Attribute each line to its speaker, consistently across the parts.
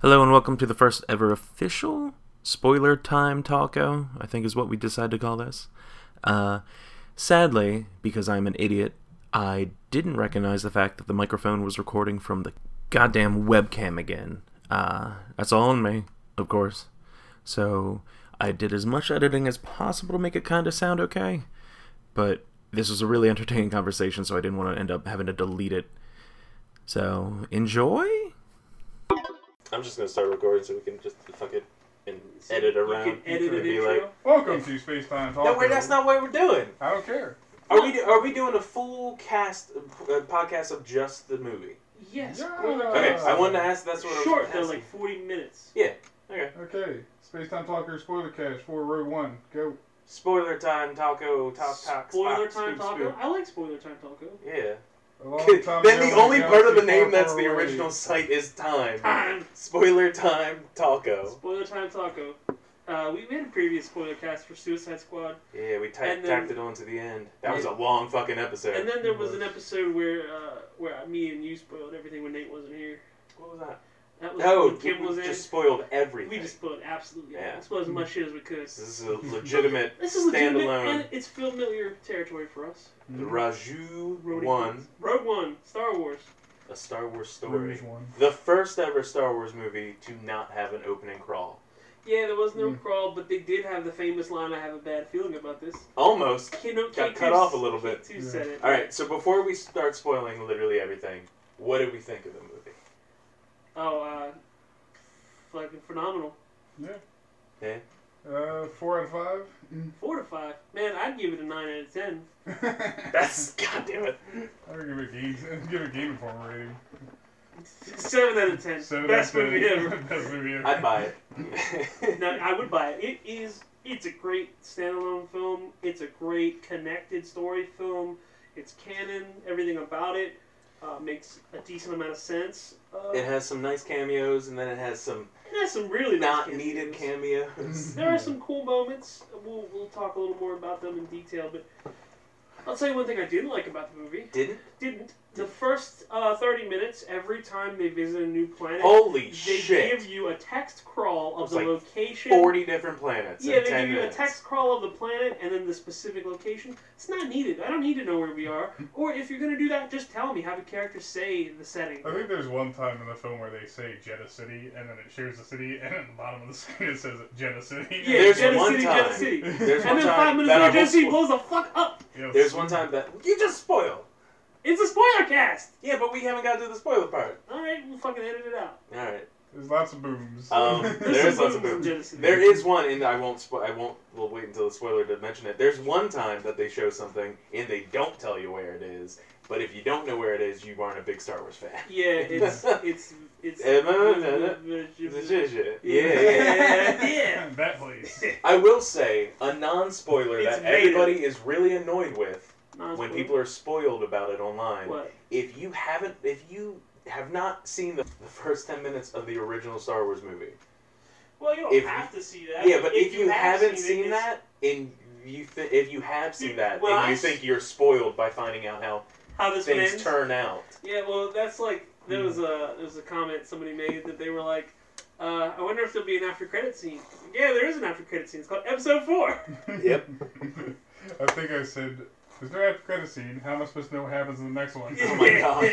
Speaker 1: Hello and welcome to the first ever official spoiler time talko, I think is what we decided to call this. Uh, sadly, because I'm an idiot, I didn't recognize the fact that the microphone was recording from the goddamn webcam again. Uh, that's all on me, of course. So I did as much editing as possible to make it kind of sound okay, but this was a really entertaining conversation, so I didn't want to end up having to delete it. So enjoy. I'm just gonna start recording so we can just fuck it and edit around.
Speaker 2: can edit
Speaker 1: and
Speaker 2: an
Speaker 1: be
Speaker 2: intro.
Speaker 1: like,
Speaker 3: Welcome to Space Time Talk.
Speaker 2: no, wait, that's not what we're doing.
Speaker 3: I don't care.
Speaker 2: Are we are we doing a full cast uh, podcast of just the movie?
Speaker 4: Yes.
Speaker 3: Yeah.
Speaker 4: brother.
Speaker 2: Okay, I wanted to ask. That's what
Speaker 4: Uh, Short
Speaker 2: I
Speaker 4: though,
Speaker 2: was
Speaker 4: like 40 minutes.
Speaker 2: Okay,
Speaker 3: Okay, Space Time Talker spoiler cash for row one. Go.
Speaker 2: spoiler time, taco, talk, talk,
Speaker 4: spoiler
Speaker 2: spock,
Speaker 4: time
Speaker 2: spoop,
Speaker 4: taco. I like spoiler time taco.
Speaker 2: spoop. Yeah.
Speaker 3: A long time
Speaker 2: then
Speaker 3: ago,
Speaker 2: the only
Speaker 3: galaxy
Speaker 2: part of the
Speaker 3: far,
Speaker 2: name
Speaker 3: far
Speaker 2: that's the
Speaker 3: away.
Speaker 2: original site is time.
Speaker 4: Time.
Speaker 2: Spoiler time, taco.
Speaker 4: Spoiler time taco. Uh, we made a previous spoiler cast for Suicide Squad,
Speaker 2: Yeah, we ta-
Speaker 4: And then-
Speaker 2: tacked it on to the end. That was a long fucking episode.
Speaker 4: and then there was an episode where uh, where me and you spoiled everything when Nate wasn't here.
Speaker 2: what was that?
Speaker 4: That was
Speaker 2: No,
Speaker 4: when Kim
Speaker 2: we
Speaker 4: was in.
Speaker 2: just spoiled everything.
Speaker 4: we just spoiled absolutely.
Speaker 2: Yeah.
Speaker 4: Yeah. Spoiled as much shit as we could.
Speaker 2: this is a legitimate
Speaker 4: This is legitimate,
Speaker 2: Standalone.
Speaker 4: and it's familiar territory for us.
Speaker 2: Raju
Speaker 4: Roadie
Speaker 2: one.
Speaker 4: Queens. Road One, Star Wars.
Speaker 2: a Star Wars story.
Speaker 3: Rouge one.
Speaker 2: The first ever Star Wars movie to not have an opening crawl.
Speaker 4: Yeah, there was no
Speaker 3: Mm.
Speaker 4: crawl, but they did have the famous line, "I have a bad feeling about this."
Speaker 2: Almost.
Speaker 4: Kino,
Speaker 2: Got cut off a little bit.
Speaker 4: Two
Speaker 3: Yeah.
Speaker 4: said it.
Speaker 2: Alright, so before we start spoiling literally everything, what did we think of the movie?
Speaker 4: Oh, uh, fucking phenomenal.
Speaker 3: Uh, four out of five.
Speaker 4: Four to five. Man, I'd give it a nine out of ten.
Speaker 2: That's goddamn it.
Speaker 3: I'm gonna give it a game. Give it a Game Informer rating.
Speaker 4: Seven out of ten.
Speaker 3: Seven
Speaker 4: Best
Speaker 3: out of
Speaker 4: movie
Speaker 3: ten.
Speaker 4: ever.
Speaker 3: Best movie ever.
Speaker 2: I'd buy it.
Speaker 4: no, I would buy it. It is. It's a great standalone film. It's a great connected story film. It's canon. Everything about it uh, makes a decent amount of sense. Uh,
Speaker 2: It has some nice cameos and then it has some
Speaker 4: it has some really nice
Speaker 2: not
Speaker 4: cameos.
Speaker 2: needed cameos.
Speaker 4: There are some cool moments. We'll, we'll talk a little more about them in detail, but I'll tell you one thing I didn't like about the movie.
Speaker 2: Didn't?
Speaker 4: didn't. The first uh, 30 minutes, every time they visit a new planet,
Speaker 2: Holy
Speaker 4: they
Speaker 2: shit.
Speaker 4: give you a text crawl
Speaker 2: It's
Speaker 4: of the
Speaker 2: like
Speaker 4: location.
Speaker 2: 40 different planets.
Speaker 4: yeah,
Speaker 2: in
Speaker 4: they
Speaker 2: 10
Speaker 4: give you a
Speaker 2: minutes.
Speaker 4: text crawl of the planet and then the specific location. It's not needed. I don't need to know where we are. Or if you're going to do that, just tell me. Have a character say the setting.
Speaker 3: I think there's one time in the film where they say Jeddah City, and then it shows the city, and at the bottom of the screen it says Jeddah City.
Speaker 4: Yeah,
Speaker 2: There's
Speaker 4: Jeddah
Speaker 2: one
Speaker 4: City,
Speaker 2: time-
Speaker 4: Jeddah City.
Speaker 2: There's
Speaker 4: and
Speaker 2: one
Speaker 4: then
Speaker 2: time
Speaker 4: five minutes
Speaker 2: that I
Speaker 4: later,
Speaker 2: will
Speaker 4: Jeddah City
Speaker 2: spoil-
Speaker 4: blows the fuck up.
Speaker 3: Yes.
Speaker 2: There's one time that you just spoiled.
Speaker 4: It's a spoiler cast.
Speaker 2: Yeah, but we haven't got to the spoiler part.
Speaker 4: All right, we'll fucking edit it out.
Speaker 2: Alright.
Speaker 3: There's lots of booms.
Speaker 2: Um,
Speaker 4: There's
Speaker 2: There is
Speaker 4: some
Speaker 2: lots of
Speaker 4: booms in
Speaker 2: boobs.
Speaker 4: Jeddah City.
Speaker 2: There is one, and I won't. Spo- I won't. We'll wait until the spoiler to mention it. There's one time that they show something and they don't tell you where it is. But if you don't know where it is, you aren't a big Star Wars fan.
Speaker 4: Yeah, it's it's it's.
Speaker 2: yeah, yeah.
Speaker 4: Yeah. Yeah.
Speaker 3: that place.
Speaker 2: I will say a non-spoiler
Speaker 4: It's
Speaker 2: that
Speaker 4: made
Speaker 2: everybody is really annoyed with
Speaker 4: Non-spoiler.
Speaker 2: when people are spoiled about it online.
Speaker 4: What?
Speaker 2: If you haven't, if you have not seen the, the first ten minutes of the original Star Wars movie,
Speaker 4: Well, you don't
Speaker 2: If-
Speaker 4: have to see that.
Speaker 2: Yeah, but if, you,
Speaker 4: have
Speaker 2: haven't
Speaker 4: it,
Speaker 2: seen
Speaker 4: it's-
Speaker 2: that, and you th- if you have seen that,
Speaker 4: Well,
Speaker 2: and
Speaker 4: I
Speaker 2: you
Speaker 4: s-
Speaker 2: think you're spoiled by finding out how
Speaker 4: how this
Speaker 2: things
Speaker 4: ends.
Speaker 2: turn Hmm. out,
Speaker 4: Yeah, well, that's like there was a there was a comment somebody made that they were like, uh, "I wonder if there'll be an after credit scene." Yeah, there is an after credit scene. It's called Episode Four.
Speaker 2: Yep.
Speaker 3: I think I said, there's no after credit scene. How am I supposed to know what happens in the next one?
Speaker 2: Oh my God.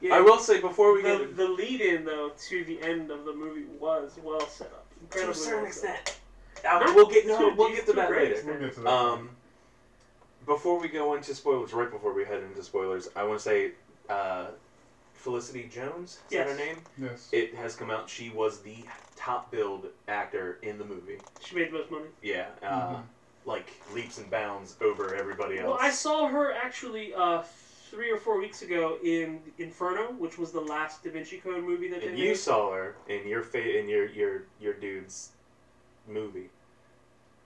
Speaker 4: yeah,
Speaker 2: I will say before we
Speaker 4: The,
Speaker 2: get
Speaker 4: the lead in though to the end of the movie was well set up.
Speaker 2: to a
Speaker 4: Incredibly
Speaker 2: certain
Speaker 4: well set up.
Speaker 2: extent, Uh,
Speaker 4: Not
Speaker 2: we'll get no,
Speaker 4: to-
Speaker 2: we'll get to
Speaker 4: to
Speaker 2: that
Speaker 4: great
Speaker 2: later.
Speaker 3: We'll get to that.
Speaker 2: Um, before we go into spoilers, right before we head into spoilers, I want to say uh, Felicity Jones is
Speaker 4: Yes.
Speaker 2: that her name?
Speaker 3: yes.
Speaker 2: It has come out she was the top billed actor in the movie.
Speaker 4: She made the most money.
Speaker 2: Yeah, uh, like leaps and bounds over everybody else.
Speaker 4: Mm-hmm. Well, I saw her actually uh, three or four weeks ago in Inferno, which was the last Da Vinci Code movie that they
Speaker 2: And
Speaker 4: made.
Speaker 2: you saw her in your fa- in your your your dude's movie,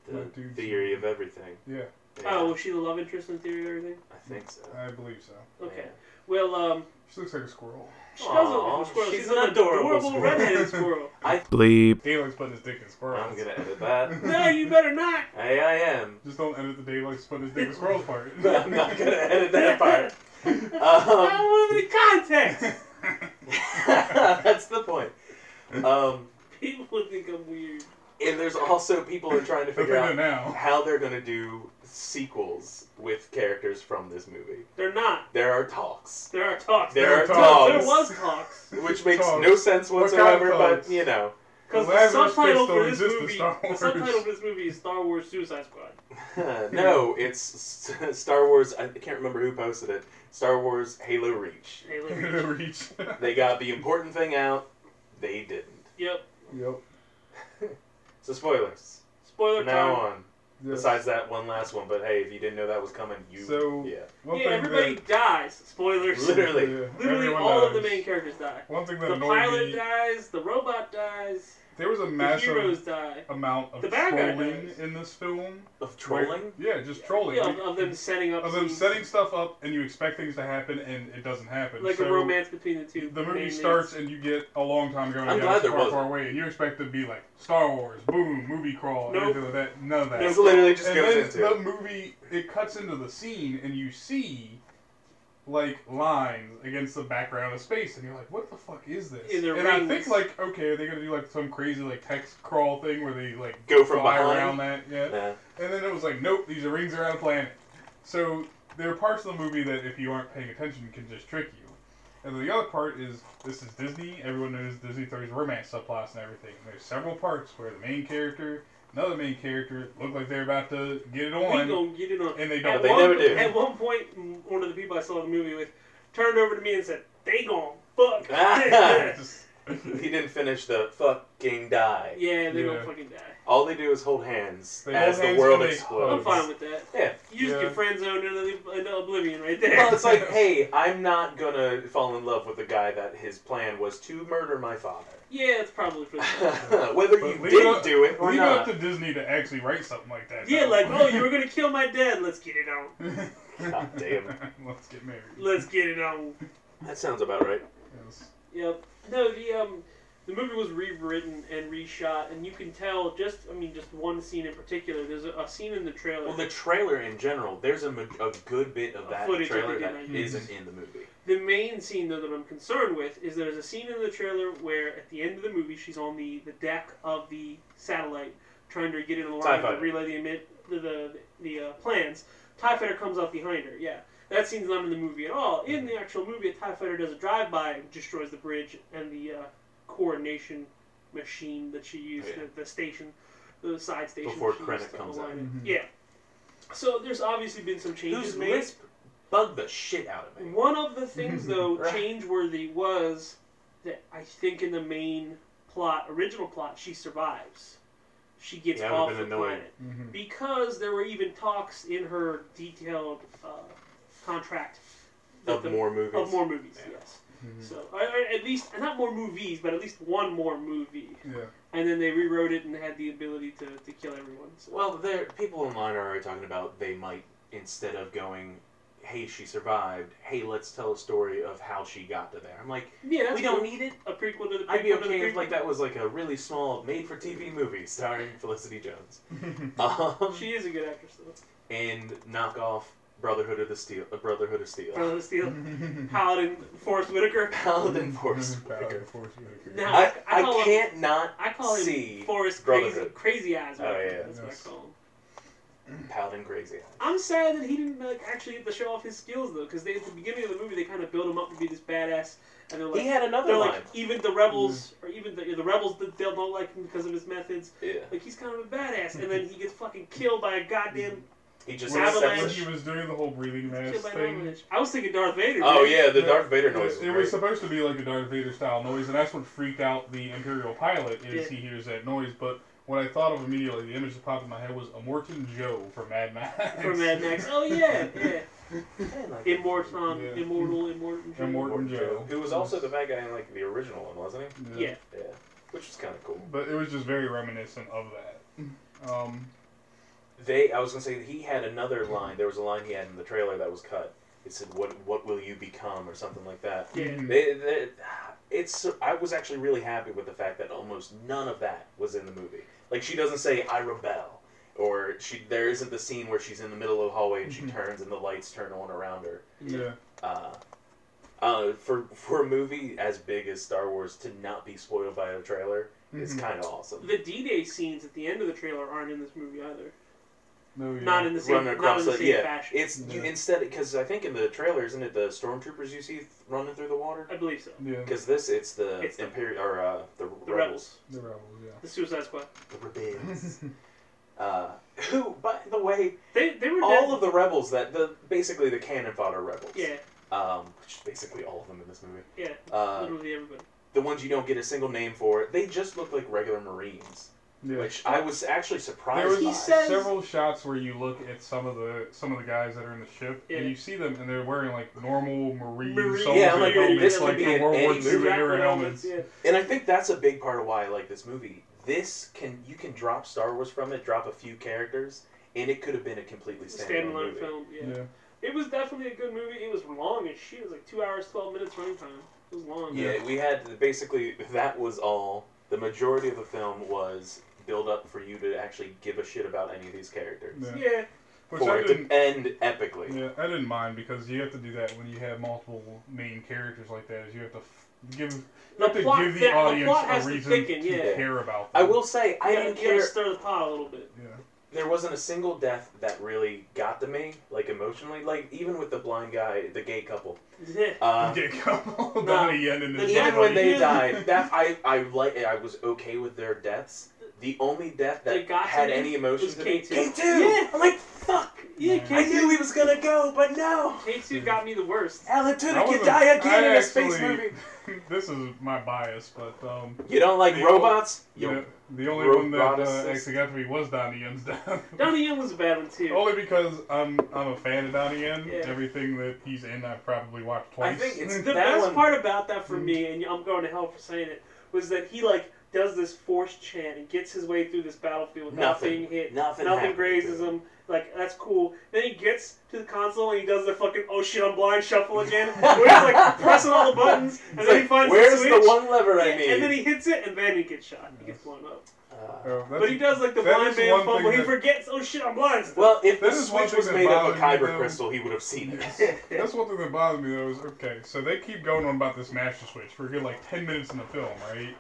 Speaker 2: the
Speaker 3: What dude's
Speaker 2: theory of
Speaker 3: movie?
Speaker 2: everything.
Speaker 3: Yeah.
Speaker 4: Oh, was she the love interest in Theory of Everything?
Speaker 2: I think so.
Speaker 3: I believe so.
Speaker 4: Okay.
Speaker 2: Yeah.
Speaker 4: Well, um,
Speaker 3: She looks like a squirrel.
Speaker 4: she
Speaker 2: Aw,
Speaker 4: does look like a squirrel.
Speaker 2: she's
Speaker 4: She's,
Speaker 2: an adorable squirrel.
Speaker 4: redheaded squirrel.
Speaker 1: Bleep.
Speaker 3: Daylight's putting his dick in squirrels.
Speaker 2: I'm gonna edit that.
Speaker 4: No, you better not.
Speaker 2: Hey, I am.
Speaker 3: Just don't edit the daylight's putting his dick in squirrels part.
Speaker 2: I'm not gonna edit that part.
Speaker 4: I
Speaker 2: Um,
Speaker 4: don't want any context.
Speaker 2: that's Um,
Speaker 4: People would think I'm weird.
Speaker 2: and there's also people that are trying to
Speaker 3: But
Speaker 2: figure
Speaker 3: they know
Speaker 2: out
Speaker 3: now.
Speaker 2: how they're going to do sequels with characters from this movie.
Speaker 4: They're not.
Speaker 2: There are talks,
Speaker 4: There are talks.
Speaker 2: There are
Speaker 4: talks. There
Speaker 2: talks.
Speaker 4: was talks.
Speaker 2: which makes
Speaker 3: Talks.
Speaker 2: no sense
Speaker 3: What kind of
Speaker 2: whatsoever,
Speaker 3: talks?
Speaker 2: but you know.
Speaker 4: Because the
Speaker 3: Lazarus
Speaker 4: subtitle for
Speaker 3: Pistol
Speaker 4: this
Speaker 3: resisted
Speaker 4: movie,
Speaker 3: Star
Speaker 4: the
Speaker 3: Wars.
Speaker 4: subtitle for this movie is Star Wars Suicide Squad.
Speaker 2: no, it's S- Star Wars. I can't remember who posted it. Star Wars Halo Reach.
Speaker 4: Hey, look.
Speaker 3: They reach.
Speaker 2: They got the important thing out. They didn't.
Speaker 4: yep.
Speaker 5: Yep.
Speaker 2: So spoilers.
Speaker 4: Spoiler
Speaker 2: From now
Speaker 4: time.
Speaker 2: on.
Speaker 5: Yes.
Speaker 2: Besides that one last one, but hey, if you didn't know that was coming, you
Speaker 3: So-
Speaker 2: yeah.
Speaker 3: One
Speaker 4: yeah,
Speaker 3: thing
Speaker 4: everybody dies. Spoilers.
Speaker 2: Literally.
Speaker 3: that- yeah,
Speaker 4: Literally
Speaker 3: everyone
Speaker 4: all of the
Speaker 3: knows.
Speaker 4: main characters die.
Speaker 3: One thing that
Speaker 4: The
Speaker 3: annoyed
Speaker 4: pilot
Speaker 3: me,
Speaker 4: dies. The robot dies.
Speaker 3: there was a
Speaker 4: The
Speaker 3: massive
Speaker 4: heroes die.
Speaker 3: amount of
Speaker 4: The bad guy
Speaker 3: trolling
Speaker 4: dies.
Speaker 3: in this film.
Speaker 2: Of
Speaker 3: where-
Speaker 2: trolling?
Speaker 3: yeah, just trolling.
Speaker 4: Yeah,
Speaker 3: Like,
Speaker 4: of, of them setting up.
Speaker 3: of them
Speaker 4: scenes,
Speaker 3: setting stuff up, and you expect things to happen, and it doesn't happen.
Speaker 4: Like
Speaker 3: so
Speaker 4: a romance between the two.
Speaker 3: The
Speaker 4: main
Speaker 3: movie
Speaker 4: leads.
Speaker 3: starts, and you get a long time going.
Speaker 2: I'm
Speaker 3: yeah,
Speaker 2: glad
Speaker 3: it's
Speaker 2: there
Speaker 3: far,
Speaker 2: wasn't.
Speaker 3: far away, and you expect it to be like Star Wars, boom, movie crawl,
Speaker 4: Nope.
Speaker 3: anything like that. None of that.
Speaker 2: It's literally just
Speaker 3: and
Speaker 2: goes into
Speaker 3: then the movie it cuts into the scene and you see like lines against the background of space and you're like what the fuck is this
Speaker 4: And
Speaker 3: and
Speaker 4: they're
Speaker 3: i
Speaker 4: rings.
Speaker 3: think like okay are they gonna do like some crazy like text crawl thing where they like
Speaker 2: Go from
Speaker 3: fly
Speaker 2: behind?
Speaker 3: around that yeah
Speaker 2: Yeah.
Speaker 3: and then it was like nope these are rings around a planet so there are parts of the movie that if you aren't paying attention can just trick you and then the other part is this is Disney. Everyone knows Disney throws romance subplots and everything. And there's several parts where the main character, another main character, look like they're about to get it
Speaker 4: We
Speaker 3: on,
Speaker 4: gonna get it on.
Speaker 3: and they
Speaker 4: At
Speaker 3: don't.
Speaker 2: they
Speaker 4: one,
Speaker 2: never do.
Speaker 4: At one point, m- one of the people I saw the movie with turned over to me and said, "They gonna fuck."
Speaker 2: Ah.
Speaker 4: yeah,
Speaker 3: Just-
Speaker 2: He didn't finish the fucking die.
Speaker 4: they
Speaker 3: Yeah.
Speaker 4: don't fucking die.
Speaker 2: All they do is hold hands
Speaker 3: They
Speaker 2: as
Speaker 3: hold
Speaker 2: the
Speaker 3: hands
Speaker 2: world
Speaker 3: and they
Speaker 4: I'm
Speaker 2: explodes.
Speaker 3: hug.
Speaker 4: fine with that.
Speaker 2: Yeah.
Speaker 4: You just
Speaker 3: Yeah.
Speaker 4: get friend zoned into, the- into oblivion right there.
Speaker 2: Well, it's like, hey, I'm not gonna fall in love with the guy that his plan was to murder my father.
Speaker 4: yeah, it's probably for that.
Speaker 2: Whether
Speaker 3: But
Speaker 2: you
Speaker 3: leave
Speaker 2: did
Speaker 3: it up-
Speaker 2: do it or
Speaker 3: leave it up
Speaker 2: not.
Speaker 3: to Disney to actually write something like that.
Speaker 4: yeah,
Speaker 3: though.
Speaker 4: like, oh, you were gonna kill my dad. Let's get it on.
Speaker 3: God
Speaker 2: damn.
Speaker 3: Let's get married.
Speaker 4: Let's get it on.
Speaker 2: That sounds about right.
Speaker 3: Yes.
Speaker 4: Yep. No, the um, the movie was rewritten and reshot, and you can tell just, I mean, just one scene in particular. There's a, a scene in the trailer.
Speaker 2: Well, the trailer in general, there's a, ma- a good bit of
Speaker 4: Of
Speaker 2: that
Speaker 4: footage that
Speaker 2: trailer
Speaker 4: they
Speaker 2: that
Speaker 4: didn't
Speaker 3: use.
Speaker 2: isn't in the Mm-hmm. movie.
Speaker 4: The main scene, though, that I'm concerned with is there's a scene in the trailer where at the end of the movie she's on the, the deck of the satellite trying to get in a line to
Speaker 2: fighter.
Speaker 4: relay the emit, the the, the uh, plans. Tie fighter comes up behind her. Yeah, that scene's not in the movie at all. In the actual movie, a tie fighter does a drive by and destroys the bridge and the uh, coordination machine that she used,
Speaker 2: Oh, Yeah.
Speaker 4: the, the station, the side station.
Speaker 2: Before
Speaker 4: she
Speaker 2: Krennic
Speaker 4: used to
Speaker 2: comes
Speaker 4: align
Speaker 2: out.
Speaker 4: it.
Speaker 3: Mhm.
Speaker 4: Yeah. So there's obviously been some changes.
Speaker 2: Who's Lisp bugged the shit out of me.
Speaker 4: One of the things, though,
Speaker 2: Right.
Speaker 4: changeworthy was that I think in the main plot, original plot, she survives. She gets
Speaker 2: Yeah, that
Speaker 4: off
Speaker 2: would've
Speaker 4: the
Speaker 2: been annoying.
Speaker 4: planet
Speaker 3: Mhm.
Speaker 4: because there were even talks in her detailed uh, contract that
Speaker 2: Mm-hmm. Of more movies.
Speaker 4: of more movies.
Speaker 2: Yeah. Hmm.
Speaker 4: Yes.
Speaker 3: Mhm.
Speaker 4: So or, or at least not more movies, but at least one more movie,
Speaker 3: Yeah.
Speaker 4: and then they rewrote it and had the ability to, to kill everyone. So.
Speaker 2: Well, there people online are already talking about they might instead of going, "Hey, she survived. Hey, let's tell a story of how she got to there." I'm like,
Speaker 4: yeah, that's
Speaker 2: we don't
Speaker 4: cool.
Speaker 2: need it.
Speaker 4: a prequel to the prequel
Speaker 2: I'd be
Speaker 4: to the
Speaker 2: okay if
Speaker 4: prequel.
Speaker 2: like that was like a really small made-for-TV movie starring Felicity Jones,
Speaker 3: Mm-hmm.
Speaker 2: um,
Speaker 4: She is a good actress though.
Speaker 2: and knock off Brotherhood of the Steel, uh, Brotherhood of Steel,
Speaker 4: Brother Steel. Paladin Forrest Whitaker.
Speaker 2: Paladin Force.
Speaker 3: Paladin Force Whitaker.
Speaker 4: Now-
Speaker 2: I,
Speaker 4: I
Speaker 2: I
Speaker 4: call him-
Speaker 2: can't not
Speaker 4: I call him
Speaker 2: See,
Speaker 4: Forrest Crazy,
Speaker 2: Brotherhood.
Speaker 4: Crazy Eyes.
Speaker 2: Oh,
Speaker 4: Whitaker,
Speaker 2: yeah.
Speaker 4: that's
Speaker 3: Yes.
Speaker 4: what I call him.
Speaker 2: Paladin Crazy.
Speaker 4: I'm sad that he didn't like actually get to show off his skills though, because at the beginning of the movie they kind of build him up to be this badass, and they're like,
Speaker 2: He had another
Speaker 4: they're
Speaker 2: line.
Speaker 4: like even the rebels
Speaker 3: Mm-hmm.
Speaker 4: or even the, the rebels that they'll don't like him because of his methods.
Speaker 2: yeah,
Speaker 4: Like he's kind of a badass, and then he gets fucking killed by a goddamn
Speaker 2: he just
Speaker 3: When- when
Speaker 2: accepts.
Speaker 4: Avalanche.
Speaker 3: he was doing the whole breathing mask
Speaker 4: killed by an
Speaker 3: thing,
Speaker 4: avalanche. I was thinking Darth Vader.
Speaker 2: Oh
Speaker 4: man.
Speaker 2: yeah, the
Speaker 3: Yeah.
Speaker 2: Darth Vader
Speaker 3: It
Speaker 2: noise.
Speaker 3: was,
Speaker 2: was
Speaker 3: it
Speaker 2: great.
Speaker 3: was supposed to be like a Darth Vader style noise, and that's what freaked out the Imperial pilot is
Speaker 4: Yeah.
Speaker 3: he hears that noise. But what I thought of immediately, the image that popped in my head was Immortan Joe from Mad Max.
Speaker 4: From Mad Max. Oh yeah, yeah. Immortan,
Speaker 3: Yeah.
Speaker 4: immortal, immortal.
Speaker 3: Immortal. Morton Joe.
Speaker 2: Who was also the bad guy in like the original one, wasn't
Speaker 4: Yeah.
Speaker 2: he? Yeah. Which was kind of cool.
Speaker 3: But it was just very reminiscent of that. Um,
Speaker 2: They, I was gonna say he had another line. There was a line he had in the trailer that was cut. It said, "What what will you become?" or something like that.
Speaker 4: Yeah.
Speaker 2: They, they, it's. I was actually really happy with the fact that almost none of that was in the movie. Like she doesn't say "I rebel," or she. There isn't the scene where she's in the middle of the hallway and she
Speaker 3: Mhm.
Speaker 2: turns and the lights turn on around her.
Speaker 3: yeah.
Speaker 2: Uh, uh, for for a movie as big as Star Wars to not be spoiled by a trailer is
Speaker 3: Mhm.
Speaker 2: kind of awesome.
Speaker 4: The D-Day scenes at the end of the trailer aren't in this movie either.
Speaker 3: No, yeah.
Speaker 4: Not in the
Speaker 2: Mm-hmm.
Speaker 4: same,
Speaker 2: Running
Speaker 4: not
Speaker 2: across
Speaker 4: in the
Speaker 2: the,
Speaker 4: same
Speaker 2: yeah,
Speaker 4: fashion.
Speaker 2: it's you,
Speaker 3: Yeah.
Speaker 2: instead because I think in the trailer isn't it the stormtroopers you see th- running through the water?
Speaker 4: I believe so.
Speaker 3: Yeah,
Speaker 2: Because this it's the
Speaker 4: It's the-
Speaker 2: imperial or uh, the,
Speaker 4: The
Speaker 2: rebels.
Speaker 4: Rebels,
Speaker 3: the rebels.
Speaker 4: the Suicide Squad.
Speaker 2: the rebels.
Speaker 3: Yeah.
Speaker 2: uh, who, by the way,
Speaker 4: They they were
Speaker 2: all of the rebels that the basically the cannon fodder rebels.
Speaker 4: yeah,
Speaker 2: Um, which is basically all of them in this movie.
Speaker 4: yeah,
Speaker 2: Uh,
Speaker 4: literally everybody.
Speaker 2: the ones you don't get a single name for, they just look like regular Marines,
Speaker 3: yeah.
Speaker 2: which I was actually
Speaker 3: There
Speaker 2: surprised.
Speaker 3: was
Speaker 2: by.
Speaker 4: He says-
Speaker 3: several shots where you look at some of the some of the guys that are in the ship,
Speaker 4: Yeah.
Speaker 3: and you see them, and they're wearing like normal marine
Speaker 4: Marine-
Speaker 3: soldier
Speaker 2: Yeah, I'm like, oh,
Speaker 3: helmets,
Speaker 2: this
Speaker 3: like
Speaker 2: would be
Speaker 3: the
Speaker 2: in
Speaker 3: World War
Speaker 2: any
Speaker 3: II
Speaker 2: movie.
Speaker 3: era
Speaker 4: Exactly,
Speaker 3: helmets.
Speaker 4: yeah.
Speaker 2: and I think that's a big part of why I like this movie. This can you can drop Star Wars from it, drop a few characters, and it could have been a completely standalone,
Speaker 4: Standalone
Speaker 2: movie.
Speaker 4: film. Yeah.
Speaker 3: Yeah.
Speaker 4: it was definitely a good movie. It was long as shit. It was like two hours, twelve minutes running time. It was long.
Speaker 2: Yeah, we had basically that was all. The majority of the film was build up for you to actually give a shit about any of these characters.
Speaker 3: Yeah.
Speaker 4: yeah.
Speaker 3: Which
Speaker 2: For
Speaker 3: I
Speaker 2: it
Speaker 3: didn't,
Speaker 2: to end epically.
Speaker 3: yeah, I didn't mind because you have to do that when you have multiple main characters like that. Is you have to f- give you
Speaker 4: The
Speaker 3: have to
Speaker 4: plot-
Speaker 3: give the
Speaker 4: the- the
Speaker 3: audience
Speaker 4: plot
Speaker 3: a
Speaker 4: has to
Speaker 3: reason
Speaker 4: thicken, yeah.
Speaker 3: care about.
Speaker 2: I
Speaker 3: Them.
Speaker 2: will say I
Speaker 4: You gotta-
Speaker 2: didn't
Speaker 4: you gotta
Speaker 2: care.
Speaker 4: Stir the pot a little bit.
Speaker 3: Yeah.
Speaker 2: There wasn't a single death that really got to me, like emotionally. Like even with the blind guy, the gay couple.
Speaker 4: Yeah.
Speaker 2: Uh,
Speaker 3: Get a couple
Speaker 4: No.
Speaker 3: down the end and "Oh,
Speaker 4: Even
Speaker 3: it's
Speaker 2: even
Speaker 3: not
Speaker 2: when they
Speaker 3: like-
Speaker 2: died, that I I like I was okay with their deaths. The only death
Speaker 4: That
Speaker 2: that
Speaker 4: got to
Speaker 2: had
Speaker 4: me
Speaker 2: any
Speaker 4: was
Speaker 2: emotion to me,
Speaker 4: K2.
Speaker 2: K2.
Speaker 4: Yeah.
Speaker 2: I'm like fuck.
Speaker 4: Yeah,
Speaker 3: I
Speaker 2: I
Speaker 4: K
Speaker 2: knew
Speaker 4: two.
Speaker 2: he was gonna go, but no.
Speaker 4: K two got me the worst.
Speaker 2: Alan
Speaker 3: I
Speaker 2: Tudyk
Speaker 3: wasn't-
Speaker 2: could die again
Speaker 3: I
Speaker 2: in a space
Speaker 3: actually-
Speaker 2: movie.
Speaker 3: this is my bias, but um,
Speaker 2: You don't like
Speaker 3: The
Speaker 2: robots?
Speaker 3: you
Speaker 2: Yo,
Speaker 3: know, the only one that uh,
Speaker 2: roboticist.
Speaker 3: actually got to me was Donnie Yen's death.
Speaker 4: Donnie Yen was a bad one too.
Speaker 3: Only because I'm I'm a fan of Donnie Yen.
Speaker 4: Yeah.
Speaker 3: Everything that he's in, I've probably watched
Speaker 2: I
Speaker 3: twice.
Speaker 2: think it's-
Speaker 4: The
Speaker 2: That
Speaker 4: best
Speaker 2: one-
Speaker 4: part about that
Speaker 3: Hmm.
Speaker 4: for me, and I'm going to hell for saying it, was that he like does this force chant and gets his way through this battlefield without
Speaker 2: Nothing.
Speaker 4: being hit.
Speaker 2: Nothing happened to
Speaker 4: grazes him. Like that's cool. Then he gets to the console and he does the fucking oh shit I'm blind shuffle again, where he's like pressing all the buttons and then he finds
Speaker 2: Where's
Speaker 4: the
Speaker 2: the
Speaker 4: switch.
Speaker 2: one lever I
Speaker 4: Yeah,
Speaker 2: need?
Speaker 4: and then he hits it, and then he gets shot. He gets blown up.
Speaker 2: Uh,
Speaker 3: Oh, that's-
Speaker 4: But he does like the
Speaker 3: that
Speaker 4: blind
Speaker 3: is
Speaker 4: man
Speaker 3: one
Speaker 4: fumble.
Speaker 3: thing
Speaker 4: He
Speaker 3: that-
Speaker 4: forgets. Oh shit, I'm blind.
Speaker 2: well, if the
Speaker 3: That is one
Speaker 2: switch
Speaker 3: thing
Speaker 2: was
Speaker 3: that
Speaker 2: made of a
Speaker 3: bothered me,
Speaker 2: kyber
Speaker 3: though.
Speaker 2: crystal, he would have seen
Speaker 3: Yes.
Speaker 2: it.
Speaker 3: That's one thing that bothered me though. Is okay, so they keep going on about this master switch for a good like ten minutes in the film, right?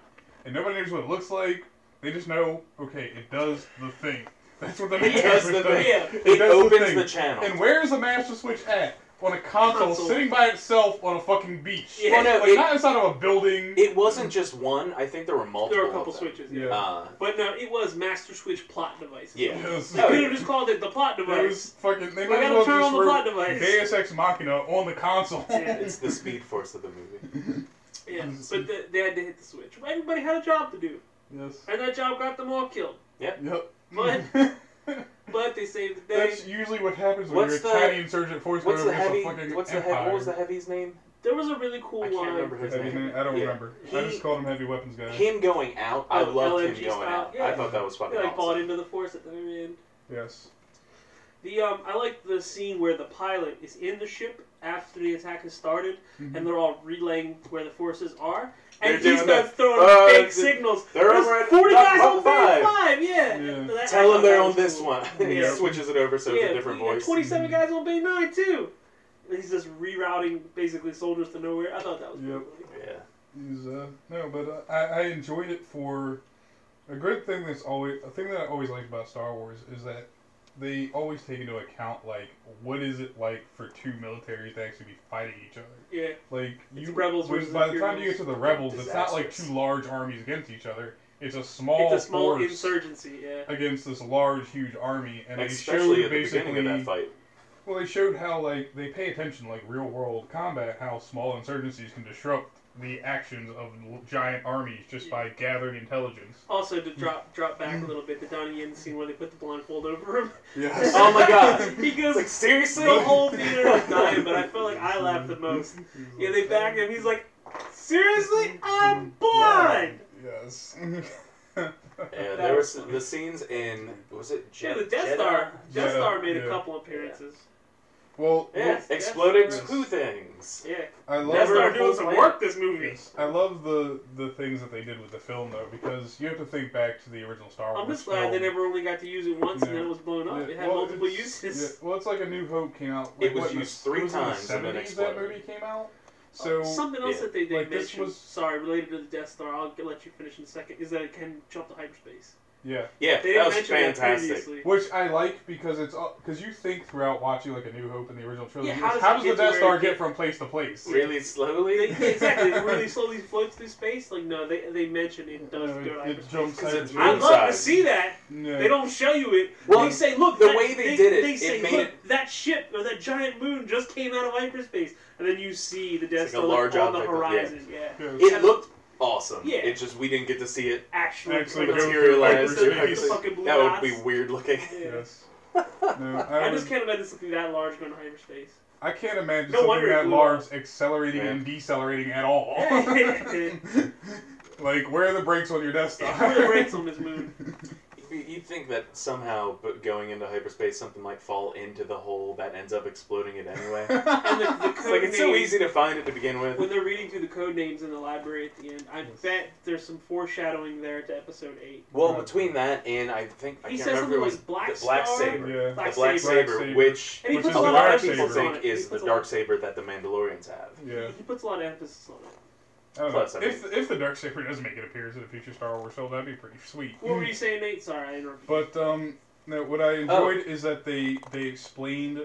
Speaker 3: And nobody knows what it looks like. They just know okay, it does the thing. That's what the
Speaker 2: It
Speaker 3: master
Speaker 2: does
Speaker 3: switch
Speaker 2: the
Speaker 3: does.
Speaker 2: thing.
Speaker 4: Yeah.
Speaker 2: It
Speaker 3: does
Speaker 2: opens
Speaker 3: thing.
Speaker 2: the channel.
Speaker 3: And where is the master switch at? On a console,
Speaker 4: Console.
Speaker 3: sitting by itself on a fucking beach.
Speaker 4: Yeah. Well,
Speaker 2: no,
Speaker 3: like
Speaker 2: it-
Speaker 3: not inside of a building.
Speaker 2: It wasn't just one. I think there were multiple.
Speaker 4: There were a couple
Speaker 2: of them.
Speaker 4: switches.
Speaker 3: yeah.
Speaker 2: Uh,
Speaker 4: But no, it was Master Switch plot devices.
Speaker 2: Yeah.
Speaker 3: Yes.
Speaker 4: We could have just called it the plot
Speaker 3: Oh. That
Speaker 4: device.
Speaker 3: was fucking. They
Speaker 4: We
Speaker 3: might as
Speaker 4: gotta
Speaker 3: well
Speaker 4: turn
Speaker 3: just
Speaker 4: on the
Speaker 3: wrote
Speaker 4: plot device.
Speaker 3: Deus Ex Machina on the console.
Speaker 4: Yeah.
Speaker 2: it's the speed force of the movie.
Speaker 4: Yeah, but the, they had to hit the switch. But everybody had a job to do,
Speaker 3: yes.
Speaker 4: and that job got them all killed.
Speaker 3: Yep.
Speaker 4: But- But they saved the day.
Speaker 3: That's usually what happens when
Speaker 2: What's
Speaker 3: you're a
Speaker 2: the-
Speaker 3: tiny insurgent force
Speaker 2: What's
Speaker 3: going
Speaker 2: the
Speaker 3: against
Speaker 2: heavy?
Speaker 3: a fucking
Speaker 2: What's the
Speaker 3: empire.
Speaker 2: heavy? What was the heavy's name?
Speaker 4: There was a really cool
Speaker 2: I can't
Speaker 4: line.
Speaker 2: remember his
Speaker 3: Heavy name? I don't
Speaker 2: Yeah.
Speaker 3: remember. I
Speaker 2: He-
Speaker 3: just called him heavy weapons guy.
Speaker 2: Him going out. I
Speaker 4: Oh,
Speaker 2: loved him
Speaker 4: LMG
Speaker 2: going
Speaker 4: style,
Speaker 2: out.
Speaker 4: yeah.
Speaker 2: I thought that was
Speaker 4: They
Speaker 2: fucking
Speaker 4: like bought
Speaker 2: awesome.
Speaker 4: into the force at the very end.
Speaker 3: yes.
Speaker 4: The um, I like the scene where the pilot is in the ship after the attack has started,
Speaker 3: Mhm.
Speaker 4: and they're all relaying where the forces are, and
Speaker 2: They're
Speaker 4: he
Speaker 2: doing
Speaker 4: starts throwing
Speaker 2: uh,
Speaker 4: fake
Speaker 2: the-
Speaker 4: signals.
Speaker 2: They're
Speaker 4: There's
Speaker 2: over at
Speaker 4: forty
Speaker 2: Dock
Speaker 4: guys
Speaker 2: Buck
Speaker 4: on band
Speaker 2: Five.
Speaker 4: five. Yeah.
Speaker 3: Yeah.
Speaker 4: That-
Speaker 2: Tell
Speaker 4: I thought
Speaker 2: him they're
Speaker 4: that
Speaker 2: on
Speaker 4: was
Speaker 2: this
Speaker 4: cool.
Speaker 2: one. he
Speaker 4: Yeah.
Speaker 2: switches it over so
Speaker 4: yeah,
Speaker 2: it's a different
Speaker 4: we got
Speaker 2: voice.
Speaker 3: Mm-hmm.
Speaker 4: 27 guys on Bay 9, too. And he's just rerouting basically soldiers to nowhere. I thought that was
Speaker 3: Yep.
Speaker 4: pretty funny.
Speaker 2: Yeah.
Speaker 3: He's, uh, no, but uh, I, I enjoyed it for a great thing. That's always a thing that I always liked about Star Wars is that they always take into account like what is it like for two militaries to actually be fighting each other.
Speaker 4: Yeah.
Speaker 3: Like
Speaker 4: It's
Speaker 3: you,
Speaker 4: rebels
Speaker 3: when-
Speaker 4: versus
Speaker 3: by the time you
Speaker 4: Imperials.
Speaker 3: get to the rebels, it's not like
Speaker 2: Disastrous.
Speaker 3: two large armies against each other. It's a small,
Speaker 4: It's a small
Speaker 3: force
Speaker 4: insurgency, yeah.
Speaker 3: against this large, huge army, and
Speaker 2: Especially
Speaker 3: they showed
Speaker 2: at the beginning
Speaker 3: basically
Speaker 2: of that fight.
Speaker 3: well, they showed how like they pay attention, like real world combat, how small insurgencies can disrupt the actions of l- giant armies just by gathering intelligence.
Speaker 4: Also, to
Speaker 3: Mm.
Speaker 4: drop drop back a little bit, the Donnie Yen scene where they put the blindfold over him.
Speaker 3: Yes.
Speaker 2: Oh my God.
Speaker 4: he goes,
Speaker 2: It's like seriously.
Speaker 4: the whole theater was dying, but I felt like I laughed the most. Yeah, they back him. He's like,
Speaker 3: Mm.
Speaker 4: seriously? I'm blind!
Speaker 3: Yes.
Speaker 2: Yeah, there was the scenes in was it
Speaker 4: Yeah,
Speaker 2: Jedi?
Speaker 4: the Death Star. Death
Speaker 3: Yeah,
Speaker 4: Star made a
Speaker 3: yeah.
Speaker 4: couple appearances.
Speaker 3: well,
Speaker 2: Yeah,
Speaker 4: Yes,
Speaker 2: exploded
Speaker 3: yes.
Speaker 2: two things.
Speaker 4: Yeah.
Speaker 3: I love
Speaker 4: Death
Speaker 2: Never
Speaker 4: Star
Speaker 2: a
Speaker 4: doing
Speaker 2: full
Speaker 4: some
Speaker 2: plan.
Speaker 4: work this movie.
Speaker 3: Yes, I love the the things that they did with the film though, because you have to think back to the original Star Wars.
Speaker 4: I'm just glad they
Speaker 3: film.
Speaker 4: never only got to use it once and
Speaker 3: Yeah.
Speaker 4: then it was blown up.
Speaker 3: Yeah,
Speaker 4: It had
Speaker 3: well,
Speaker 4: multiple
Speaker 3: it's-
Speaker 4: uses.
Speaker 3: yeah, well, it's like a New Hope came out.
Speaker 2: It
Speaker 3: like,
Speaker 2: was
Speaker 3: what, in the-
Speaker 2: used three
Speaker 3: it was in the
Speaker 2: times and then
Speaker 3: 70s that
Speaker 2: exploded.
Speaker 3: movie came out.
Speaker 4: Uh,
Speaker 3: So
Speaker 4: Something else
Speaker 1: yeah.
Speaker 4: that they, they
Speaker 3: Like, this
Speaker 4: mentioned,
Speaker 3: was-
Speaker 4: sorry, related to the Death Star, I'll g- let you finish in a second, is that it can jump to hyperspace.
Speaker 3: yeah,
Speaker 2: Yeah,
Speaker 4: They didn't
Speaker 2: that was
Speaker 4: mention that
Speaker 2: fantastic.
Speaker 4: previously.
Speaker 3: which I like because it's because you think throughout watching like a New Hope and the original trilogy,
Speaker 4: how
Speaker 3: is
Speaker 4: does
Speaker 3: how
Speaker 4: it
Speaker 3: does
Speaker 4: get to
Speaker 3: the Death
Speaker 4: where
Speaker 3: Star
Speaker 4: it
Speaker 3: get
Speaker 4: get-
Speaker 3: from place to place?
Speaker 2: Really
Speaker 4: They,
Speaker 2: slowly.
Speaker 4: exactly, it really slowly floats through space. Like, no, they, they mention it does
Speaker 3: Uh,
Speaker 4: go to
Speaker 3: it
Speaker 4: hyperspace.
Speaker 3: jumps
Speaker 2: Because it's
Speaker 4: I'd
Speaker 3: hyperspace.
Speaker 2: moon
Speaker 4: love to
Speaker 2: size.
Speaker 4: see that.
Speaker 3: Yeah.
Speaker 4: They don't show you it.
Speaker 2: Well,
Speaker 4: they say, look,
Speaker 2: the
Speaker 4: that-
Speaker 2: way they
Speaker 4: they
Speaker 2: did it,
Speaker 4: They
Speaker 2: it
Speaker 4: say,
Speaker 2: made
Speaker 4: look,
Speaker 2: it-
Speaker 4: that ship or that giant moon just came out of hyperspace, and then you see the Death
Speaker 2: like a
Speaker 4: Star like,
Speaker 2: large
Speaker 4: on the
Speaker 2: object,
Speaker 4: horizon. Yeah,
Speaker 3: Yeah.
Speaker 2: It looked awesome.
Speaker 4: Yeah.
Speaker 2: It just we didn't get to see it
Speaker 4: actually,
Speaker 3: Actually
Speaker 4: goes-
Speaker 3: go
Speaker 2: materialize.
Speaker 3: through
Speaker 2: It
Speaker 3: hyperspace.
Speaker 2: actually-
Speaker 4: The fucking blue
Speaker 2: that would
Speaker 4: dots.
Speaker 2: be weird looking.
Speaker 4: Yeah.
Speaker 3: Yes. No, I,
Speaker 4: I
Speaker 3: was,
Speaker 4: just can't imagine something that large going to hyperspace.
Speaker 3: I can't imagine
Speaker 4: No wonder
Speaker 3: something
Speaker 4: it
Speaker 3: that
Speaker 4: blew
Speaker 3: large accelerating
Speaker 2: Yeah.
Speaker 3: and decelerating at all.
Speaker 4: Yeah.
Speaker 3: like, where are the brakes on your Death Star?
Speaker 4: Where are the brakes on this moon?
Speaker 2: You- You'd think that somehow, but going into hyperspace, something might fall into the hole that ends up exploding it anyway.
Speaker 4: And the, the
Speaker 2: it's
Speaker 4: code
Speaker 2: like it's so
Speaker 4: names-
Speaker 2: easy to find it to begin with.
Speaker 4: When they're reading through the code names in the library at the end, I
Speaker 3: Yes.
Speaker 4: bet there's some foreshadowing there to episode eight.
Speaker 2: Well, between that and I think I
Speaker 4: He
Speaker 2: can't
Speaker 4: says
Speaker 2: remember it was
Speaker 4: something like Black
Speaker 2: the Black
Speaker 4: Star.
Speaker 2: Saber,
Speaker 3: Yeah.
Speaker 4: Black
Speaker 2: the Black
Speaker 4: Saber.
Speaker 2: Saber,
Speaker 3: Black Saber.
Speaker 2: which
Speaker 4: And he
Speaker 3: Which
Speaker 4: puts
Speaker 3: is
Speaker 4: a
Speaker 2: a
Speaker 4: lot,
Speaker 2: lot
Speaker 4: of
Speaker 2: of people
Speaker 4: emphasis on
Speaker 2: think
Speaker 4: it. He
Speaker 2: is the
Speaker 4: puts a
Speaker 2: dark
Speaker 4: lot-
Speaker 2: saber that the Mandalorians have.
Speaker 3: yeah.
Speaker 4: He puts a lot of emphasis on it.
Speaker 3: I don't know.
Speaker 2: Plus, I mean-
Speaker 3: if, if the Dark Saber does make an appearance in a future Star Wars film, that'd be pretty sweet.
Speaker 4: What were you saying, Nate? Sorry, I interrupted.
Speaker 3: But um, no, what I enjoyed
Speaker 4: Oh.
Speaker 3: is that they they explained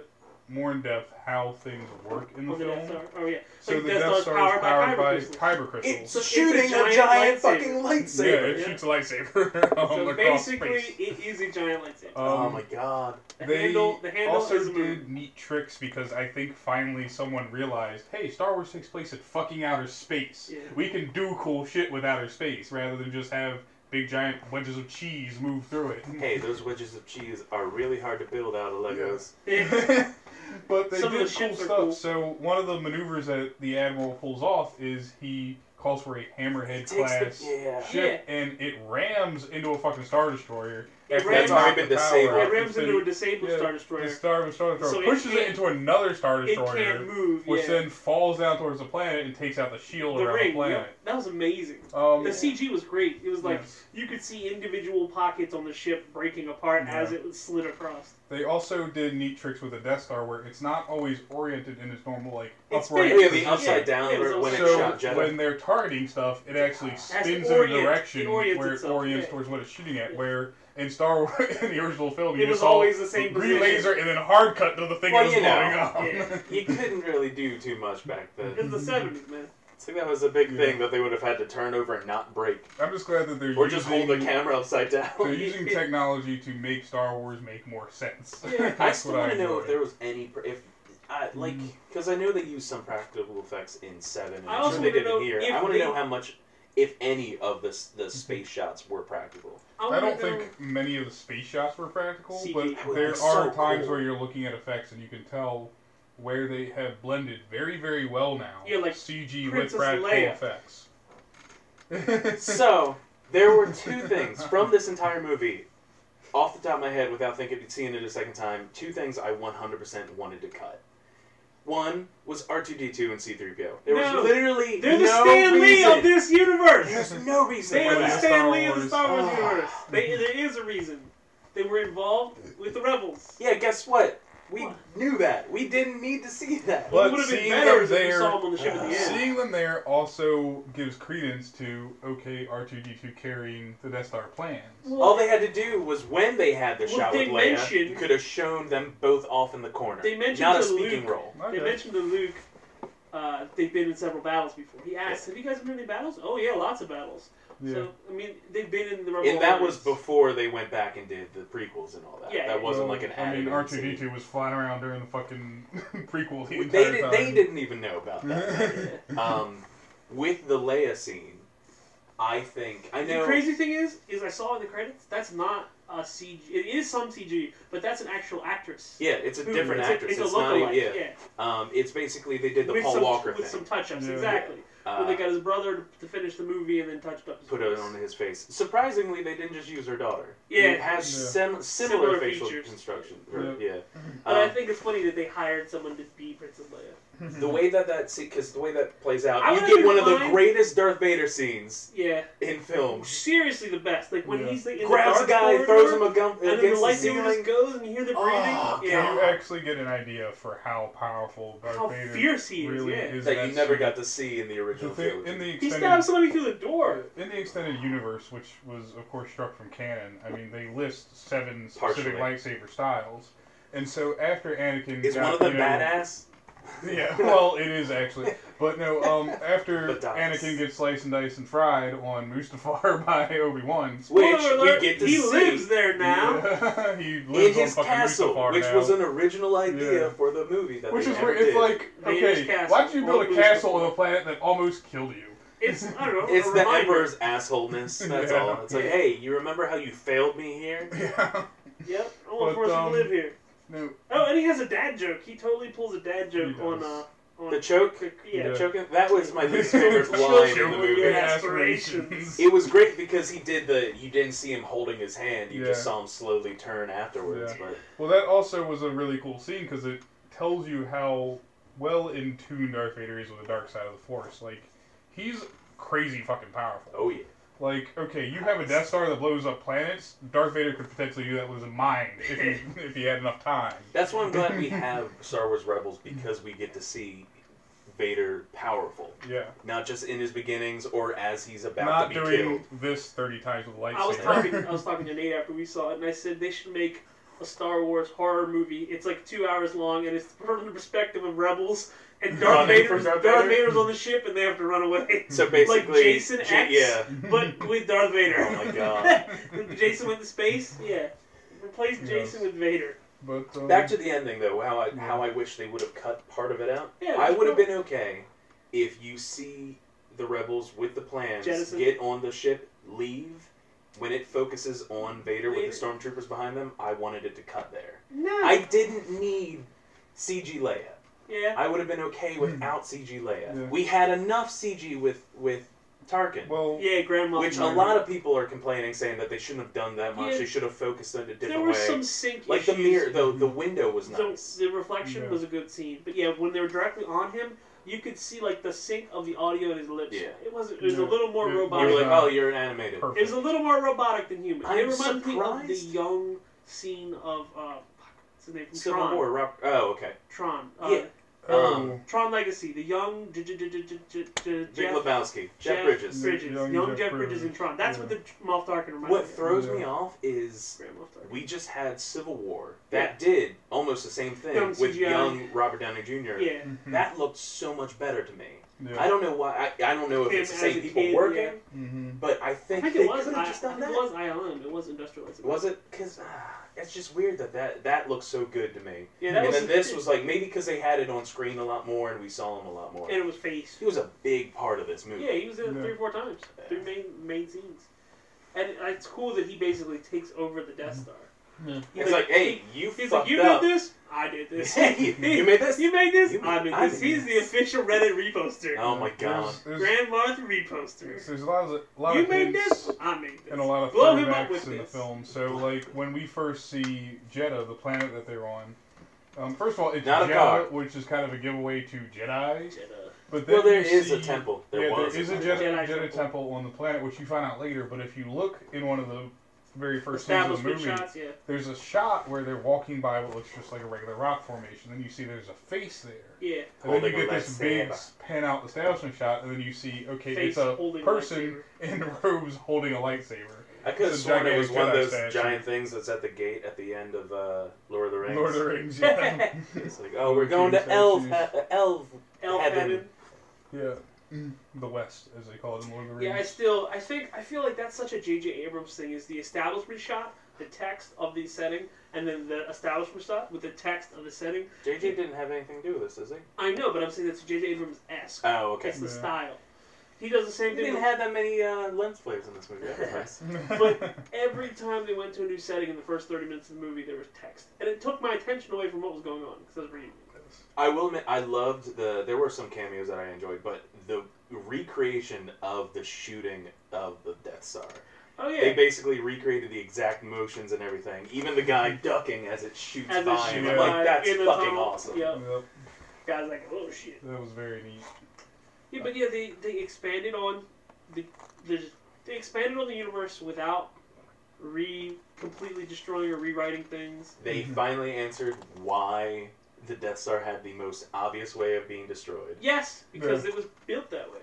Speaker 3: more in depth how things work in the
Speaker 4: on the
Speaker 3: film.
Speaker 4: Death Star. Oh yeah.
Speaker 3: So
Speaker 4: Like,
Speaker 3: the
Speaker 4: Death Star's
Speaker 3: Death Star is
Speaker 4: powered by
Speaker 3: powered by
Speaker 4: kyber
Speaker 3: kyber
Speaker 2: It's
Speaker 3: crystals.
Speaker 4: It's a
Speaker 2: shooting
Speaker 4: giant
Speaker 2: a giant
Speaker 4: lightsaber.
Speaker 2: fucking
Speaker 3: yeah,
Speaker 2: lightsaber.
Speaker 3: it
Speaker 4: yeah.
Speaker 3: shoots a lightsaber um,
Speaker 4: so
Speaker 3: across
Speaker 4: basically,
Speaker 3: space.
Speaker 4: it is a giant lightsaber.
Speaker 3: Um,
Speaker 2: oh my god!
Speaker 4: the
Speaker 3: they
Speaker 4: handle, the handle
Speaker 3: also
Speaker 4: is a moon.
Speaker 3: did neat tricks because I think finally someone realized, hey, Star Wars takes place in fucking outer space.
Speaker 4: Yeah.
Speaker 3: We can do cool shit with outer space rather than just have big giant wedges of cheese move through it.
Speaker 2: Hey, those wedges of cheese are really hard to build out of Legos.
Speaker 4: Yeah.
Speaker 3: but they
Speaker 4: Some of
Speaker 3: did
Speaker 4: the
Speaker 3: cool
Speaker 4: ships are
Speaker 3: stuff.
Speaker 4: cool.
Speaker 3: So one of the maneuvers that the admiral pulls off is he calls for a hammerhead
Speaker 2: Takes the-
Speaker 3: class
Speaker 2: yeah.
Speaker 3: ship, and it rams into a fucking star destroyer.
Speaker 4: It
Speaker 3: after
Speaker 4: rams-
Speaker 3: they knock
Speaker 2: I've been
Speaker 3: the power
Speaker 2: disabled.
Speaker 3: out.
Speaker 4: it rams
Speaker 3: Instead
Speaker 4: into a
Speaker 3: of-
Speaker 4: disabled
Speaker 3: yeah,
Speaker 4: star
Speaker 3: the
Speaker 4: destroyer.
Speaker 3: star of star destroyer
Speaker 4: So it
Speaker 3: pushes it,
Speaker 4: can't-
Speaker 3: into another star
Speaker 4: It
Speaker 3: destroyer,
Speaker 4: can't move.
Speaker 3: which
Speaker 4: yeah.
Speaker 3: then falls down towards the planet and takes out the shield
Speaker 4: the
Speaker 3: around
Speaker 4: ring.
Speaker 3: the
Speaker 4: yeah,
Speaker 3: planet.
Speaker 4: that was amazing.
Speaker 3: Um,
Speaker 4: The CG was great. It was like
Speaker 3: yes.
Speaker 4: you could see individual pockets on the ship breaking apart
Speaker 3: Yeah.
Speaker 4: as it slid across.
Speaker 3: they also did neat tricks with the Death Star where it's not always oriented in its normal like
Speaker 4: It's
Speaker 3: upright.
Speaker 4: big.
Speaker 2: Yeah, the
Speaker 3: position.
Speaker 2: upside down
Speaker 4: Yeah, it was
Speaker 2: when it
Speaker 4: also-
Speaker 3: So
Speaker 2: shot Jedi.
Speaker 3: when they're targeting stuff, it actually spins in a
Speaker 4: orient-
Speaker 3: direction
Speaker 4: it orients
Speaker 3: where it
Speaker 4: itself,
Speaker 3: orients
Speaker 4: yeah.
Speaker 3: towards what it's shooting at.
Speaker 4: Yeah.
Speaker 3: Where in Star Wars, in the original film, you
Speaker 4: It was
Speaker 3: saw
Speaker 4: always the same
Speaker 3: green
Speaker 4: position.
Speaker 3: laser and then hard cut to the thing
Speaker 2: Well,
Speaker 3: that was
Speaker 2: you know,
Speaker 3: blowing up.
Speaker 4: yeah.
Speaker 2: you couldn't really do too much back
Speaker 4: It's
Speaker 2: then.
Speaker 4: the seventies, man.
Speaker 2: It's like that was a big
Speaker 3: Yeah.
Speaker 2: thing that they would have had to turn over and not break,
Speaker 3: I'm just glad that they're
Speaker 2: or
Speaker 3: using,
Speaker 2: just hold the camera upside
Speaker 3: they're
Speaker 2: down.
Speaker 3: using technology to make Star Wars make more sense.
Speaker 4: Yeah,
Speaker 2: I
Speaker 3: That's
Speaker 2: still
Speaker 3: what
Speaker 2: want to know
Speaker 3: enjoy.
Speaker 2: if there was any pr- if I,
Speaker 4: Mm-hmm.
Speaker 2: like
Speaker 3: Mm.
Speaker 2: because I know they used some practical effects in seven. And
Speaker 4: I
Speaker 2: I'm
Speaker 4: also
Speaker 2: sure they
Speaker 4: wanna
Speaker 2: did
Speaker 4: know
Speaker 2: in here.
Speaker 4: if
Speaker 2: I want
Speaker 4: they- Mm-hmm.
Speaker 2: to know how much, if any, of the s- the space shots were practical.
Speaker 4: wanna
Speaker 3: I don't
Speaker 4: know-
Speaker 3: think many of the space shots were practical,
Speaker 4: CG.
Speaker 3: but
Speaker 4: That would
Speaker 3: there
Speaker 2: be so
Speaker 3: are times
Speaker 2: cool.
Speaker 3: where you're looking at effects and you can tell where they have blended very, very well now.
Speaker 4: Yeah, like
Speaker 3: CG
Speaker 4: Princess
Speaker 3: with practical
Speaker 4: Leia.
Speaker 3: effects.
Speaker 2: So there were two things from this entire movie, off the top of my head, without thinking, seeing it a second time. Two things I 100% wanted to cut. One was R2D2 and C3PO. There
Speaker 4: No.
Speaker 2: was literally
Speaker 4: They're the
Speaker 2: no
Speaker 4: Stan Lee
Speaker 2: reason.
Speaker 4: of this universe.
Speaker 2: There's no reason.
Speaker 4: They
Speaker 2: for
Speaker 4: are the
Speaker 2: that.
Speaker 4: Stan
Speaker 3: Star
Speaker 4: Lee of the
Speaker 3: Wars.
Speaker 4: Star Wars
Speaker 2: Ah.
Speaker 4: universe. They, there is a reason. They were involved with the rebels.
Speaker 2: Yeah, guess what? We
Speaker 4: What?
Speaker 2: knew that. We didn't need to see that.
Speaker 3: But
Speaker 4: it would have been
Speaker 3: seeing
Speaker 4: better
Speaker 3: them
Speaker 4: if we
Speaker 3: there-
Speaker 4: saw them on the ship at the end.
Speaker 3: Seeing them there also gives credence to okay, R two D two carrying the Death Star plans.
Speaker 4: Well,
Speaker 2: All they had to do was when they had the
Speaker 4: Well,
Speaker 2: shot
Speaker 4: they
Speaker 2: with Leia,
Speaker 4: mentioned-
Speaker 2: you could have shown them both off in the corner.
Speaker 4: They mentioned
Speaker 2: not a
Speaker 4: to
Speaker 2: speaking
Speaker 4: Luke-
Speaker 2: role.
Speaker 4: They
Speaker 3: Okay.
Speaker 4: mentioned to Luke uh, they've been in several battles before. He asked, "Have you guys been in any battles?" "Oh yeah, lots of battles."
Speaker 3: Yeah.
Speaker 4: So I mean, they've been in the rebel.
Speaker 2: And that was
Speaker 4: alliance.
Speaker 2: before they went back and did the prequels and all that.
Speaker 4: Yeah,
Speaker 2: that
Speaker 4: yeah.
Speaker 2: wasn't
Speaker 3: Well,
Speaker 2: like an
Speaker 3: I mean,
Speaker 2: added.
Speaker 3: R two D two was flying around during the fucking prequel the
Speaker 2: They
Speaker 3: entire
Speaker 2: did.
Speaker 3: time.
Speaker 2: They didn't even know about that. um, with the Leia scene, I think I know.
Speaker 4: The crazy thing is, is I saw in the credits that's not a CG. It is some CG, but that's an actual actress.
Speaker 2: Yeah, it's a
Speaker 4: Who-
Speaker 2: different
Speaker 4: it's
Speaker 2: actress.
Speaker 4: it's
Speaker 2: It's,
Speaker 4: a
Speaker 2: not
Speaker 4: lookalike.
Speaker 2: even. Yeah. Um, it's basically they did the
Speaker 4: with
Speaker 2: Paul
Speaker 4: some,
Speaker 2: Walker
Speaker 4: with
Speaker 2: thing.
Speaker 4: some touch-ups,
Speaker 3: Yeah.
Speaker 4: exactly. Where
Speaker 2: Uh,
Speaker 4: they got his brother to, to finish the movie and then touched up his
Speaker 2: put
Speaker 4: face.
Speaker 2: it on his face. Surprisingly, they didn't just use her daughter.
Speaker 4: Yeah.
Speaker 2: it has
Speaker 3: Yeah.
Speaker 2: sim- similar,
Speaker 4: Similar
Speaker 2: facial
Speaker 4: features.
Speaker 2: construction. or- Yeah,
Speaker 3: Yeah.
Speaker 4: But I
Speaker 2: Um,
Speaker 4: think it's funny that they hired someone to be Princess Leia.
Speaker 2: The way that that because the way that plays out,
Speaker 4: I
Speaker 2: you
Speaker 4: would've
Speaker 2: get one
Speaker 4: been
Speaker 2: of the
Speaker 4: fine.
Speaker 2: greatest Darth Vader scenes
Speaker 4: Yeah,
Speaker 2: in film.
Speaker 4: seriously, the best. Like when
Speaker 3: Yeah.
Speaker 4: he's like in
Speaker 2: Grabs
Speaker 4: the
Speaker 2: a guy,
Speaker 4: dark
Speaker 2: throws
Speaker 4: corridor,
Speaker 2: him a gun
Speaker 4: and then the
Speaker 2: against the
Speaker 4: lightsaber
Speaker 2: ceiling.
Speaker 4: just goes, and you hear the breathing.
Speaker 2: Oh,
Speaker 4: yeah,
Speaker 3: You actually get an idea for how powerful Darth
Speaker 4: how
Speaker 3: Vader
Speaker 4: fierce he is.
Speaker 3: really
Speaker 4: yeah,
Speaker 3: is. in
Speaker 2: That you never
Speaker 3: scene.
Speaker 2: got to see in the
Speaker 3: The
Speaker 2: original
Speaker 3: thing-
Speaker 2: trilogy.
Speaker 3: in the
Speaker 4: he
Speaker 3: extended
Speaker 4: stabs somebody through the door.
Speaker 3: in the extended universe, which was of course struck from canon. I mean, they list seven specific
Speaker 2: Partially.
Speaker 3: lightsaber styles, and so after Anakin
Speaker 2: is
Speaker 3: got,
Speaker 2: one of them
Speaker 3: you know,
Speaker 2: badass?
Speaker 3: Yeah, well, it is actually. But no, um, after
Speaker 2: But dies.
Speaker 3: Anakin gets sliced and diced and fried on Mustafar by Obi Wan,
Speaker 2: Which
Speaker 4: Spoiler
Speaker 2: we
Speaker 4: alert,
Speaker 2: get to
Speaker 4: he
Speaker 2: see
Speaker 4: lives there now.
Speaker 3: he lives
Speaker 2: in his
Speaker 3: on fucking
Speaker 2: castle,
Speaker 3: Mustafar
Speaker 2: which
Speaker 3: now.
Speaker 2: was an original idea
Speaker 3: Yeah.
Speaker 2: for the movie that
Speaker 3: which
Speaker 2: they
Speaker 3: is
Speaker 2: never
Speaker 3: where it's
Speaker 2: did.
Speaker 3: like
Speaker 4: Vader's
Speaker 3: okay,
Speaker 4: castle
Speaker 3: why did you build
Speaker 4: on
Speaker 3: a castle on
Speaker 4: Mustafar.
Speaker 3: a planet that almost killed you?
Speaker 4: It's I don't know.
Speaker 2: It's
Speaker 4: a
Speaker 2: the
Speaker 4: reminder.
Speaker 2: Emperor's assholeness. That's
Speaker 3: Yeah.
Speaker 2: all. It's like, hey, you remember how you failed me here?
Speaker 3: Yeah,
Speaker 4: Yep, I want to
Speaker 3: But,
Speaker 4: force him
Speaker 3: um,
Speaker 4: to live here.
Speaker 3: no,
Speaker 4: Oh, and he has a dad joke. He totally pulls a dad joke
Speaker 3: He
Speaker 4: on uh
Speaker 3: does.
Speaker 4: on
Speaker 2: The choke,
Speaker 4: Yeah,
Speaker 2: the
Speaker 3: Yeah.
Speaker 2: choking. That was my least favorite line in the
Speaker 3: Children with
Speaker 2: movie.
Speaker 4: your
Speaker 3: great
Speaker 4: aspirations.
Speaker 2: It was great because he did the. You didn't see him holding his hand. You just
Speaker 3: Yeah.
Speaker 2: saw him slowly turn afterwards.
Speaker 3: Yeah. Well, that also was a really cool scene because it tells you how well in tune Darth Vader is with the dark side of the Force. Like, he's crazy fucking
Speaker 2: But
Speaker 3: powerful.
Speaker 2: oh yeah,
Speaker 3: Like, okay, you have a Death Star that blows up planets. Darth Vader could potentially do that with his mind if he, if he had enough time.
Speaker 2: that's why I'm glad we have Star Wars Rebels because we get to see Vader powerful,
Speaker 3: Yeah.
Speaker 2: not just in his beginnings or as he's about
Speaker 3: Not
Speaker 2: to be
Speaker 3: doing
Speaker 2: killed.
Speaker 3: this 30 times with lightsaber.
Speaker 4: I was talking. I was talking to Nate after we saw it, and I said they should make a Star Wars horror movie. It's like two hours long, and it's from the perspective of rebels and Darth
Speaker 2: Running
Speaker 4: Vader.
Speaker 2: from
Speaker 4: Darth
Speaker 2: Darth Vader?
Speaker 4: Vader's on the ship, and they have to run away.
Speaker 2: So basically,
Speaker 4: Jason
Speaker 2: J-
Speaker 4: X?
Speaker 2: Yeah,
Speaker 4: but with Darth Vader.
Speaker 2: Oh my God.
Speaker 4: Jason went to space. Yeah, replace
Speaker 3: Yes.
Speaker 4: Jason with Vader.
Speaker 3: but, um,
Speaker 2: Back to the ending though, how I how I wish they would have cut part of it out.
Speaker 4: Yeah,
Speaker 2: I
Speaker 4: that's
Speaker 2: would have
Speaker 4: cool.
Speaker 2: been okay if you see the rebels with the plans
Speaker 4: Jettison.
Speaker 2: get on the ship, leave. When it focuses on Vader with the
Speaker 4: Vader.
Speaker 2: stormtroopers behind them, I wanted it to cut there.
Speaker 4: No.
Speaker 2: I didn't need CG Leia.
Speaker 4: yeah.
Speaker 2: I would have been okay without CG Leia.
Speaker 3: Hmm. Yeah.
Speaker 2: We had enough CG with with Tarkin.
Speaker 3: Well,
Speaker 4: Yeah, Grandma.
Speaker 2: which a lot of people are complaining, saying that they shouldn't have done that much.
Speaker 4: Yeah.
Speaker 2: They should have focused on it a different
Speaker 4: there were
Speaker 2: way.
Speaker 4: some sync
Speaker 2: like the
Speaker 4: issues.
Speaker 2: mirror, though,
Speaker 3: Mm-hmm.
Speaker 2: the window was
Speaker 4: So
Speaker 2: nice.
Speaker 4: the reflection
Speaker 3: Yeah.
Speaker 4: was a good scene, but yeah, when they were directly on him, you could see like the sync of the audio in his lips.
Speaker 2: Yeah.
Speaker 4: it was it was a
Speaker 3: Yeah.
Speaker 4: little more
Speaker 3: Yeah.
Speaker 4: robotic.
Speaker 2: You're like,
Speaker 3: Uh,
Speaker 2: oh, you're an animated.
Speaker 3: perfect.
Speaker 4: it was um, a little more robotic than human.
Speaker 2: I'm
Speaker 4: it reminds me of
Speaker 2: surprised.
Speaker 4: the young scene of uh, fuck, what's the name from
Speaker 2: Civil
Speaker 4: Tron?
Speaker 2: War. Rob- oh, okay.
Speaker 4: Tron. Uh,
Speaker 2: Yeah.
Speaker 3: oh,
Speaker 2: um,
Speaker 4: Tron Legacy. The young j- j- j- j- j- j-
Speaker 2: Big
Speaker 4: Jeff
Speaker 2: Lebowski. Jeff
Speaker 4: Jeff
Speaker 2: Bridges.
Speaker 4: Bridges.
Speaker 3: Young
Speaker 4: Young
Speaker 3: Jeff
Speaker 4: Jeff Bridges
Speaker 3: Bridges.
Speaker 4: in Tron. That's
Speaker 3: Yeah.
Speaker 4: what the tr- Moff Tarkin reminds
Speaker 2: What
Speaker 4: me.
Speaker 2: throws me
Speaker 3: Yeah.
Speaker 2: off
Speaker 4: of.
Speaker 2: is
Speaker 4: Grand Moff Tarkin.
Speaker 2: we just had Civil War that did almost the same thing
Speaker 4: Young
Speaker 2: with
Speaker 4: CGI.
Speaker 2: young Robert Downey Jr.
Speaker 4: Yeah.
Speaker 2: That looked so much better to me.
Speaker 3: yeah.
Speaker 2: I don't know why. I, I don't know if
Speaker 4: Him
Speaker 2: it's the
Speaker 4: as
Speaker 2: same
Speaker 4: a
Speaker 2: people
Speaker 4: kid,
Speaker 2: working,
Speaker 4: yeah.
Speaker 3: hmm
Speaker 2: but I
Speaker 4: I
Speaker 2: think,
Speaker 4: think
Speaker 2: they
Speaker 4: it was.
Speaker 2: could
Speaker 4: I,
Speaker 2: have just
Speaker 4: I
Speaker 2: done
Speaker 4: think it
Speaker 2: that.
Speaker 4: was ILM. It was industrialized.
Speaker 2: Was it? Because it's just weird that, that that looked so good to me.
Speaker 4: Yeah, that
Speaker 2: and
Speaker 4: was.
Speaker 2: then this was like maybe because they had it on screen a lot more and we saw him a lot more.
Speaker 4: and it was face.
Speaker 2: He was a big part of this movie.
Speaker 4: Yeah, he was in it
Speaker 3: Yeah.
Speaker 4: three or four times. Three main main scenes. And it's cool that he basically takes over the
Speaker 3: Mm-hmm.
Speaker 4: Death Star.
Speaker 3: Yeah.
Speaker 4: He's
Speaker 2: It's like, hey, you
Speaker 4: he's
Speaker 2: fucked
Speaker 4: like, you
Speaker 2: up.
Speaker 4: did this? I did this.
Speaker 2: Hey, you made this?
Speaker 4: You made this?
Speaker 2: You-
Speaker 4: I made
Speaker 2: I
Speaker 4: this.
Speaker 2: made
Speaker 4: He's the
Speaker 2: this.
Speaker 4: official Reddit reposter.
Speaker 2: Oh my god.
Speaker 3: There's, there's,
Speaker 4: Grand Marth reposter.
Speaker 3: there's, a lot of, a lot
Speaker 4: you
Speaker 3: of
Speaker 4: made
Speaker 3: hints.
Speaker 4: this? I made this.
Speaker 3: and a lot of
Speaker 4: Blow him up
Speaker 3: throwbacks
Speaker 4: with
Speaker 3: in the
Speaker 4: this.
Speaker 3: film. So like when we first see Jeddah, the planet that they're on. Um, first of all, it's
Speaker 2: Not a
Speaker 3: Jeddah,
Speaker 2: car.
Speaker 3: which is kind of a giveaway to Jedi.
Speaker 4: Jedha.
Speaker 3: But then
Speaker 2: Well, there
Speaker 3: you
Speaker 2: is a
Speaker 3: see-
Speaker 2: temple.
Speaker 3: Yeah,
Speaker 2: There was.
Speaker 3: there is a
Speaker 2: temple.
Speaker 3: Jeddah,
Speaker 4: Jedi
Speaker 3: Jedi
Speaker 4: temple.
Speaker 3: Jeddah temple on the planet, which you find out later. But if you look in one of the very first scenes of the
Speaker 4: Establishment
Speaker 3: movie,
Speaker 4: shots, yeah.
Speaker 3: there's a shot where they're walking by what looks just like a regular rock formation. Then you see there's a face there.
Speaker 4: Yeah.
Speaker 3: And then you
Speaker 2: Holding
Speaker 3: get
Speaker 2: on
Speaker 3: this
Speaker 2: that
Speaker 3: big
Speaker 2: saber.
Speaker 3: s- pan out establishment shot, and then you see okay,
Speaker 4: Face
Speaker 3: it's a
Speaker 4: holding a
Speaker 3: person in robes holding a lightsaber.
Speaker 2: I could have
Speaker 3: It's a
Speaker 2: sworn it was one of
Speaker 3: gigantic
Speaker 2: those
Speaker 3: Jedi statue.
Speaker 2: giant things that's at the gate at the end of uh, Lord of the Rings.
Speaker 3: Lord of the Rings, yeah.
Speaker 2: It's like, oh, we're going to Elf, uh, Elf,
Speaker 4: Elf
Speaker 2: Heaven.
Speaker 4: Heaven.
Speaker 3: yeah. The West, as they call it in Lord of the Rings.
Speaker 4: Yeah, I still, I think, I feel like that's such a J.J. Abrams thing is the establishment shot, the text of the setting, and then the establishment shot with the text of the setting.
Speaker 2: JJ didn't have anything to do with this, does he?
Speaker 4: I know, but I'm saying that's J.J. Abrams esque.
Speaker 2: Oh, okay.
Speaker 4: It's the
Speaker 3: Yeah.
Speaker 4: style. He does
Speaker 2: They
Speaker 4: the same thing.
Speaker 2: didn't
Speaker 4: with-
Speaker 2: have that many uh, lens flares in this movie. That was nice.
Speaker 4: but every time they went to a new setting in the first 30 minutes of the movie, there was text. And it took my attention away from what was going on because I was reading.
Speaker 2: I will admit, I loved the. There were some cameos that I enjoyed, but the recreation of the shooting of the Death Star.
Speaker 4: Oh,
Speaker 2: They
Speaker 4: yeah.
Speaker 2: basically recreated the exact motions and everything, even the guy ducking as it shoots
Speaker 4: As it
Speaker 2: by him.
Speaker 4: shoots
Speaker 2: I'm
Speaker 4: by
Speaker 2: like, that's
Speaker 4: in the
Speaker 2: fucking
Speaker 4: tunnel.
Speaker 2: awesome.
Speaker 4: Yeah.
Speaker 3: Yep.
Speaker 4: Yeah, I was like, oh shit.
Speaker 3: That was very neat.
Speaker 4: Yeah, but yeah, they, they expanded on the, the they expanded on the universe without re completely destroying or rewriting things.
Speaker 2: They
Speaker 3: Mhm.
Speaker 2: finally answered why the Death Star had the most obvious way of being destroyed.
Speaker 4: Yes, because it was built that way.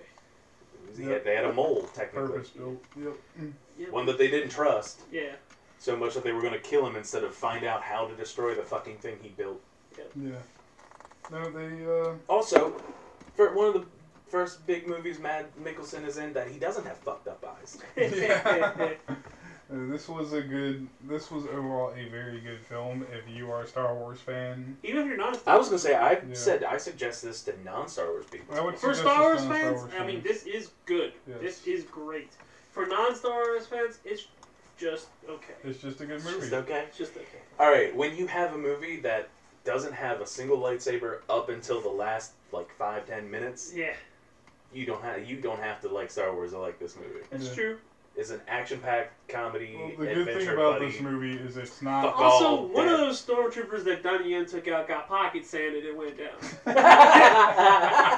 Speaker 2: It was- yeah, they had a mole, technically.
Speaker 3: Purpose built. Yep.
Speaker 4: Yeah.
Speaker 2: One that they didn't trust
Speaker 4: yeah.
Speaker 2: so much that they were going to kill him instead of find out how to destroy the fucking thing he built.
Speaker 3: Yeah. No, they. Uh,
Speaker 2: Also, for one of the first big movies Mad Mickelson is in that he doesn't have fucked up eyes.
Speaker 3: Yeah. Uh, This was a good. This was overall a very good film. If you are a Star Wars fan,
Speaker 4: Even if you're not a
Speaker 2: I was going to say, I
Speaker 3: Yeah.
Speaker 2: said, I suggest this to non Star Wars people.
Speaker 3: I would
Speaker 4: For
Speaker 3: suggest
Speaker 4: Star Wars
Speaker 3: this to
Speaker 4: fans,
Speaker 3: non-Star Wars
Speaker 4: I mean,
Speaker 3: fans.
Speaker 4: this is good.
Speaker 3: Yes.
Speaker 4: This is great. For non-Star Wars fans, it's just okay.
Speaker 3: It's just a good
Speaker 2: It's
Speaker 3: movie.
Speaker 2: just okay.
Speaker 4: It's just okay.
Speaker 2: All right, when you have a movie that doesn't have a single lightsaber up until the last like five ten minutes,
Speaker 4: Yeah,
Speaker 2: you don't have you don't have to like Star Wars to like this movie.
Speaker 4: that's
Speaker 3: Yeah.
Speaker 4: true.
Speaker 2: It's an action packed comedy
Speaker 3: Well, the good
Speaker 2: adventure
Speaker 3: thing about
Speaker 2: buddy.
Speaker 3: this movie is it's
Speaker 2: Fuck
Speaker 3: not.
Speaker 4: Also,
Speaker 2: all
Speaker 4: one
Speaker 2: dead.
Speaker 4: of those stormtroopers that Donnie Yen took out got pocket sanded and went down.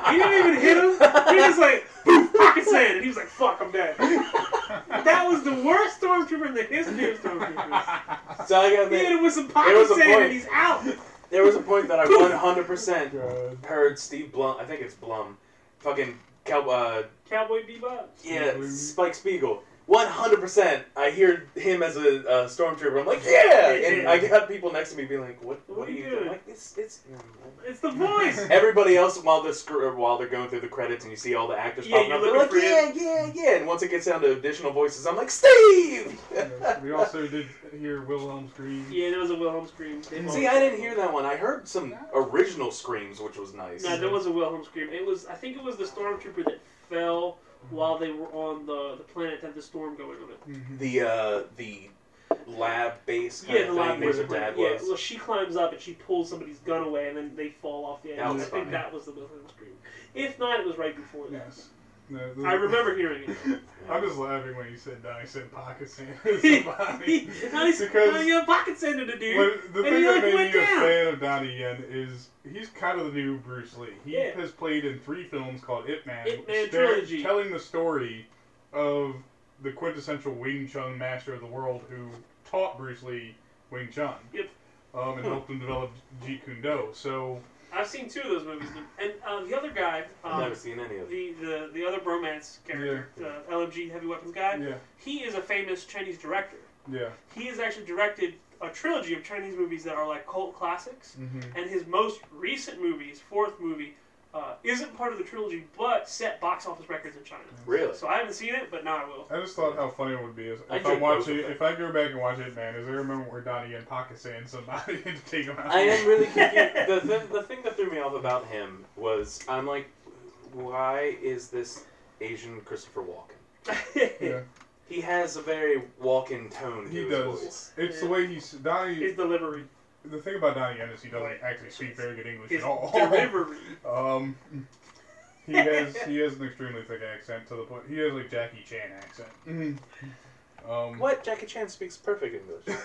Speaker 4: he didn't even hit him. He was like, poof, pocket sanded. He was like, fuck, I'm dead. That was the worst stormtrooper in the history of stormtroopers.
Speaker 2: so I gotta
Speaker 4: He hit
Speaker 2: admit,
Speaker 4: him with some
Speaker 2: There
Speaker 4: pocket
Speaker 2: was a
Speaker 4: sand
Speaker 2: point.
Speaker 4: and he's out.
Speaker 2: there was a point that I one hundred percent
Speaker 3: God.
Speaker 2: heard Steve Blum. I think it's Blum, fucking cow. Uh,
Speaker 4: Cowboy Bebop.
Speaker 2: yeah,
Speaker 3: Blum.
Speaker 2: Spike Spiegel. One hundred percent. I hear him as a, uh stormtrooper. I'm like, yeah, and I got people next to me being like, what? What, are you doing? I'm like, it's it's.
Speaker 4: It's the voice.
Speaker 2: Everybody else, while the scr- or while they're going through the credits and you see all the actors
Speaker 4: Yeah,
Speaker 2: popping
Speaker 4: you're
Speaker 2: up, they're like,
Speaker 4: looking for
Speaker 2: yeah, yeah, yeah. And once it gets down to additional voices, I'm like, Steve.
Speaker 3: Yes. We also did hear Wilhelm scream.
Speaker 4: Yeah, there was a Wilhelm scream. They
Speaker 2: See, I didn't hear that one. I heard some original screams, which was nice.
Speaker 4: No, there was a Wilhelm scream. It was I think it was the stormtrooper that fell while they were on the the planet that had the storm going on it.
Speaker 3: Mhm.
Speaker 2: The uh, the lab base kind
Speaker 4: Yeah, the
Speaker 2: of thing
Speaker 4: lab
Speaker 2: where
Speaker 4: was
Speaker 2: the dad
Speaker 4: Yeah,
Speaker 2: was.
Speaker 4: well, she climbs up and she pulls somebody's gun away, and then they fall off the edge.
Speaker 2: That was
Speaker 4: I think
Speaker 2: funny.
Speaker 4: that was the Wilhelm scream. If not, it was right before that.
Speaker 3: Yes. No, the-
Speaker 4: I remember hearing it.
Speaker 3: I was laughing when you said Donnie said pocket sand. somebody.
Speaker 4: now he's
Speaker 3: Because-
Speaker 4: now he got pocket sanded a dude.
Speaker 3: What- the
Speaker 4: And
Speaker 3: thing
Speaker 4: he,
Speaker 3: that
Speaker 4: like,
Speaker 3: made me
Speaker 4: went
Speaker 3: a
Speaker 4: down.
Speaker 3: fan of Donnie Yen is he's kind of the new Bruce Lee. He
Speaker 4: Yeah.
Speaker 3: has played in three films called Ip Man,
Speaker 4: Ip Man
Speaker 3: sta-
Speaker 4: trilogy.
Speaker 3: telling the story of the quintessential Wing Chun master of the world who taught Bruce Lee Wing Chun.
Speaker 4: Yep.
Speaker 3: Um, and
Speaker 2: Huh.
Speaker 3: helped him develop Jeet Kune Do. So
Speaker 4: I've seen two of those movies, and uh, the other guy,
Speaker 2: I've
Speaker 4: um,
Speaker 2: never seen any of them.
Speaker 4: the, the the other bromance character, the LMG heavy weapons guy,
Speaker 3: yeah,
Speaker 4: he is a famous Chinese director.
Speaker 3: yeah.
Speaker 4: He has actually directed a trilogy of Chinese movies that are like cult classics,
Speaker 3: hmm
Speaker 4: and his most recent movie, his fourth movie, uh, isn't part of the trilogy but set box office records in China.
Speaker 2: Really?
Speaker 4: So I haven't seen it, but now I will.
Speaker 3: I just thought how funny it would be is
Speaker 2: I
Speaker 3: if
Speaker 2: enjoyed
Speaker 3: I,
Speaker 2: both
Speaker 3: watch
Speaker 2: of
Speaker 3: it,
Speaker 2: them.
Speaker 3: if I go back and watch it, man, is there a moment where Donnie Yen pocket sand somebody to take him out?
Speaker 2: I am really confused. the, th- the thing that threw me off about him was I'm like, why is this Asian Christopher Walken?
Speaker 3: Yeah.
Speaker 2: He has a very Walken tone. To
Speaker 3: He
Speaker 2: his
Speaker 3: does.
Speaker 2: Voice.
Speaker 3: It's the way he's Donnie.
Speaker 4: His delivery,
Speaker 3: The thing about Donnie Yen is he doesn't
Speaker 4: Right.
Speaker 3: actually speak very good English
Speaker 4: his
Speaker 3: at all.
Speaker 4: delivery.
Speaker 3: Um, he has he has an extremely thick accent to the point he has like Jackie Chan accent. Um,
Speaker 2: What? Jackie Chan speaks perfect English.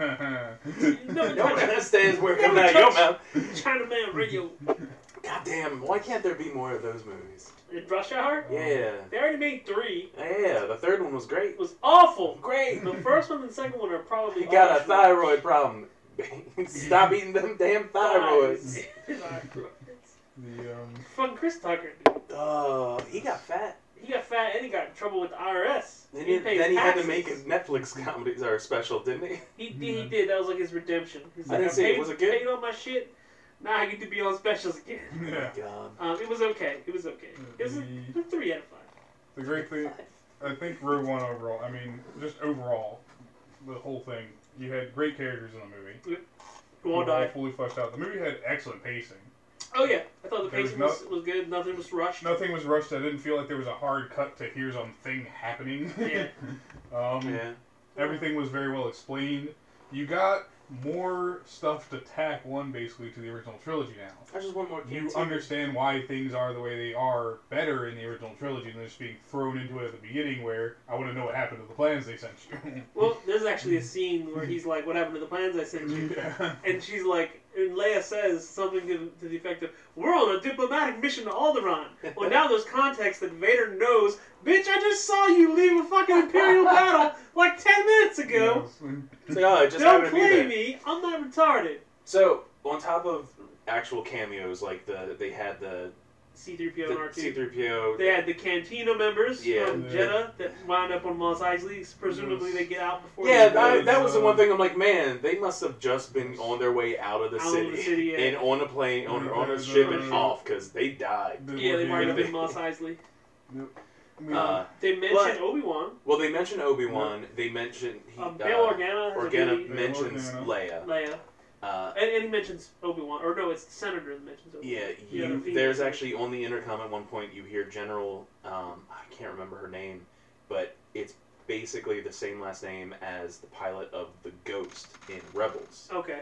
Speaker 4: No,
Speaker 2: No one
Speaker 4: no,
Speaker 2: understands where
Speaker 4: Never
Speaker 2: coming out of your
Speaker 4: touch-
Speaker 2: mouth.
Speaker 4: Chinaman Radio
Speaker 2: Goddamn, why can't there be more of those movies?
Speaker 4: in Rush Hour.
Speaker 2: Yeah.
Speaker 4: They already made three.
Speaker 2: Yeah, the third one was great.
Speaker 4: It was awful.
Speaker 2: Great.
Speaker 4: The first one and second one are probably.
Speaker 2: He got a
Speaker 4: awful.
Speaker 2: thyroid problem. Stop eating them damn thyroids.
Speaker 3: the um,
Speaker 4: Fucking Chris Tucker, dude.
Speaker 2: Oh, he got fat.
Speaker 4: He got fat and he got in trouble with the IRS.
Speaker 2: Then
Speaker 4: he,
Speaker 2: he,
Speaker 4: paid
Speaker 2: then he had to
Speaker 4: taxes.
Speaker 2: make his Netflix comedies or special, didn't he?
Speaker 4: He, he, he did. That was like his redemption. He's
Speaker 2: I
Speaker 4: like,
Speaker 2: didn't see it.
Speaker 4: paid-
Speaker 2: Was it good?
Speaker 4: Paid all my shit. Now I get to be on specials again.
Speaker 3: yeah.
Speaker 2: God.
Speaker 4: Um, it was okay. It was okay. It was a,
Speaker 3: The-
Speaker 4: a three out of five.
Speaker 3: The great thing, I think Rogue One overall. I mean, just overall, the whole thing. You had great characters in the movie.
Speaker 4: Who all
Speaker 3: They were
Speaker 4: died?
Speaker 3: Fully fleshed out. The movie had excellent pacing.
Speaker 4: Oh yeah, I thought the
Speaker 3: There was
Speaker 4: pacing
Speaker 3: no-
Speaker 4: was, was good. Nothing was rushed.
Speaker 3: Nothing was rushed. I didn't feel like there was a hard cut to here's some thing happening.
Speaker 4: Yeah.
Speaker 3: um,
Speaker 2: Yeah.
Speaker 3: Everything was very well explained. You got more stuff to tack one basically to the original trilogy now.
Speaker 2: I just want more
Speaker 3: You
Speaker 2: canteen.
Speaker 3: understand why things are the way they are better in the original trilogy than just being thrown into it at the beginning where I want to know what happened to the plans they sent you.
Speaker 4: Well, there's actually a scene where he's like, "What happened to the plans I sent you?"
Speaker 3: yeah.
Speaker 4: And she's like, and Leia says something to, to the effect of, "We're on a diplomatic mission to Alderaan." Well, now there's context that Vader knows. Bitch, I just saw you leave a fucking Imperial battle like ten minutes ago.
Speaker 2: It's like, oh, it just
Speaker 4: Don't
Speaker 2: happened to be
Speaker 4: play
Speaker 2: there.
Speaker 4: me. I'm not retarded.
Speaker 2: So on top of actual cameos, like the they had the,
Speaker 4: C-3PO
Speaker 2: the
Speaker 4: and R2.
Speaker 2: C-3PO.
Speaker 4: They had the Cantina members
Speaker 2: Yeah.
Speaker 4: from
Speaker 3: Yeah.
Speaker 4: Jeddah that wound up on Mos Eisley. Presumably,
Speaker 3: Yes.
Speaker 4: they get out before.
Speaker 2: yeah,
Speaker 4: they
Speaker 2: that,
Speaker 4: go
Speaker 2: that was the one
Speaker 3: uh,
Speaker 2: thing. I'm like, man, they must have just been on their way out of the
Speaker 4: Out of
Speaker 2: city,
Speaker 4: the city, yeah.
Speaker 2: and on a plane, on, on
Speaker 3: Yeah,
Speaker 2: a ship,
Speaker 4: yeah.
Speaker 2: and off because they died.
Speaker 4: Yeah, they wind up
Speaker 2: Yeah.
Speaker 4: in Mos Eisley.
Speaker 2: Uh,
Speaker 4: They mentioned
Speaker 2: But-
Speaker 4: Obi Wan.
Speaker 2: well, they mentioned Obi Wan. They mentioned he.
Speaker 4: Um,
Speaker 2: uh,
Speaker 4: Bail Organa has a
Speaker 2: Organa
Speaker 4: really,
Speaker 2: mentions
Speaker 3: Bail
Speaker 2: Leia.
Speaker 4: Leia,
Speaker 2: Uh,
Speaker 4: and, and he mentions Obi Wan, or no, it's the Senator that mentions Obi.
Speaker 2: yeah,
Speaker 4: Yeah,
Speaker 2: you,
Speaker 4: the female.
Speaker 2: there's actually on the intercom at one point you hear General. Um, I can't remember her name, but it's basically the same last name as the pilot of the Ghost in Rebels.
Speaker 4: Wan. Okay.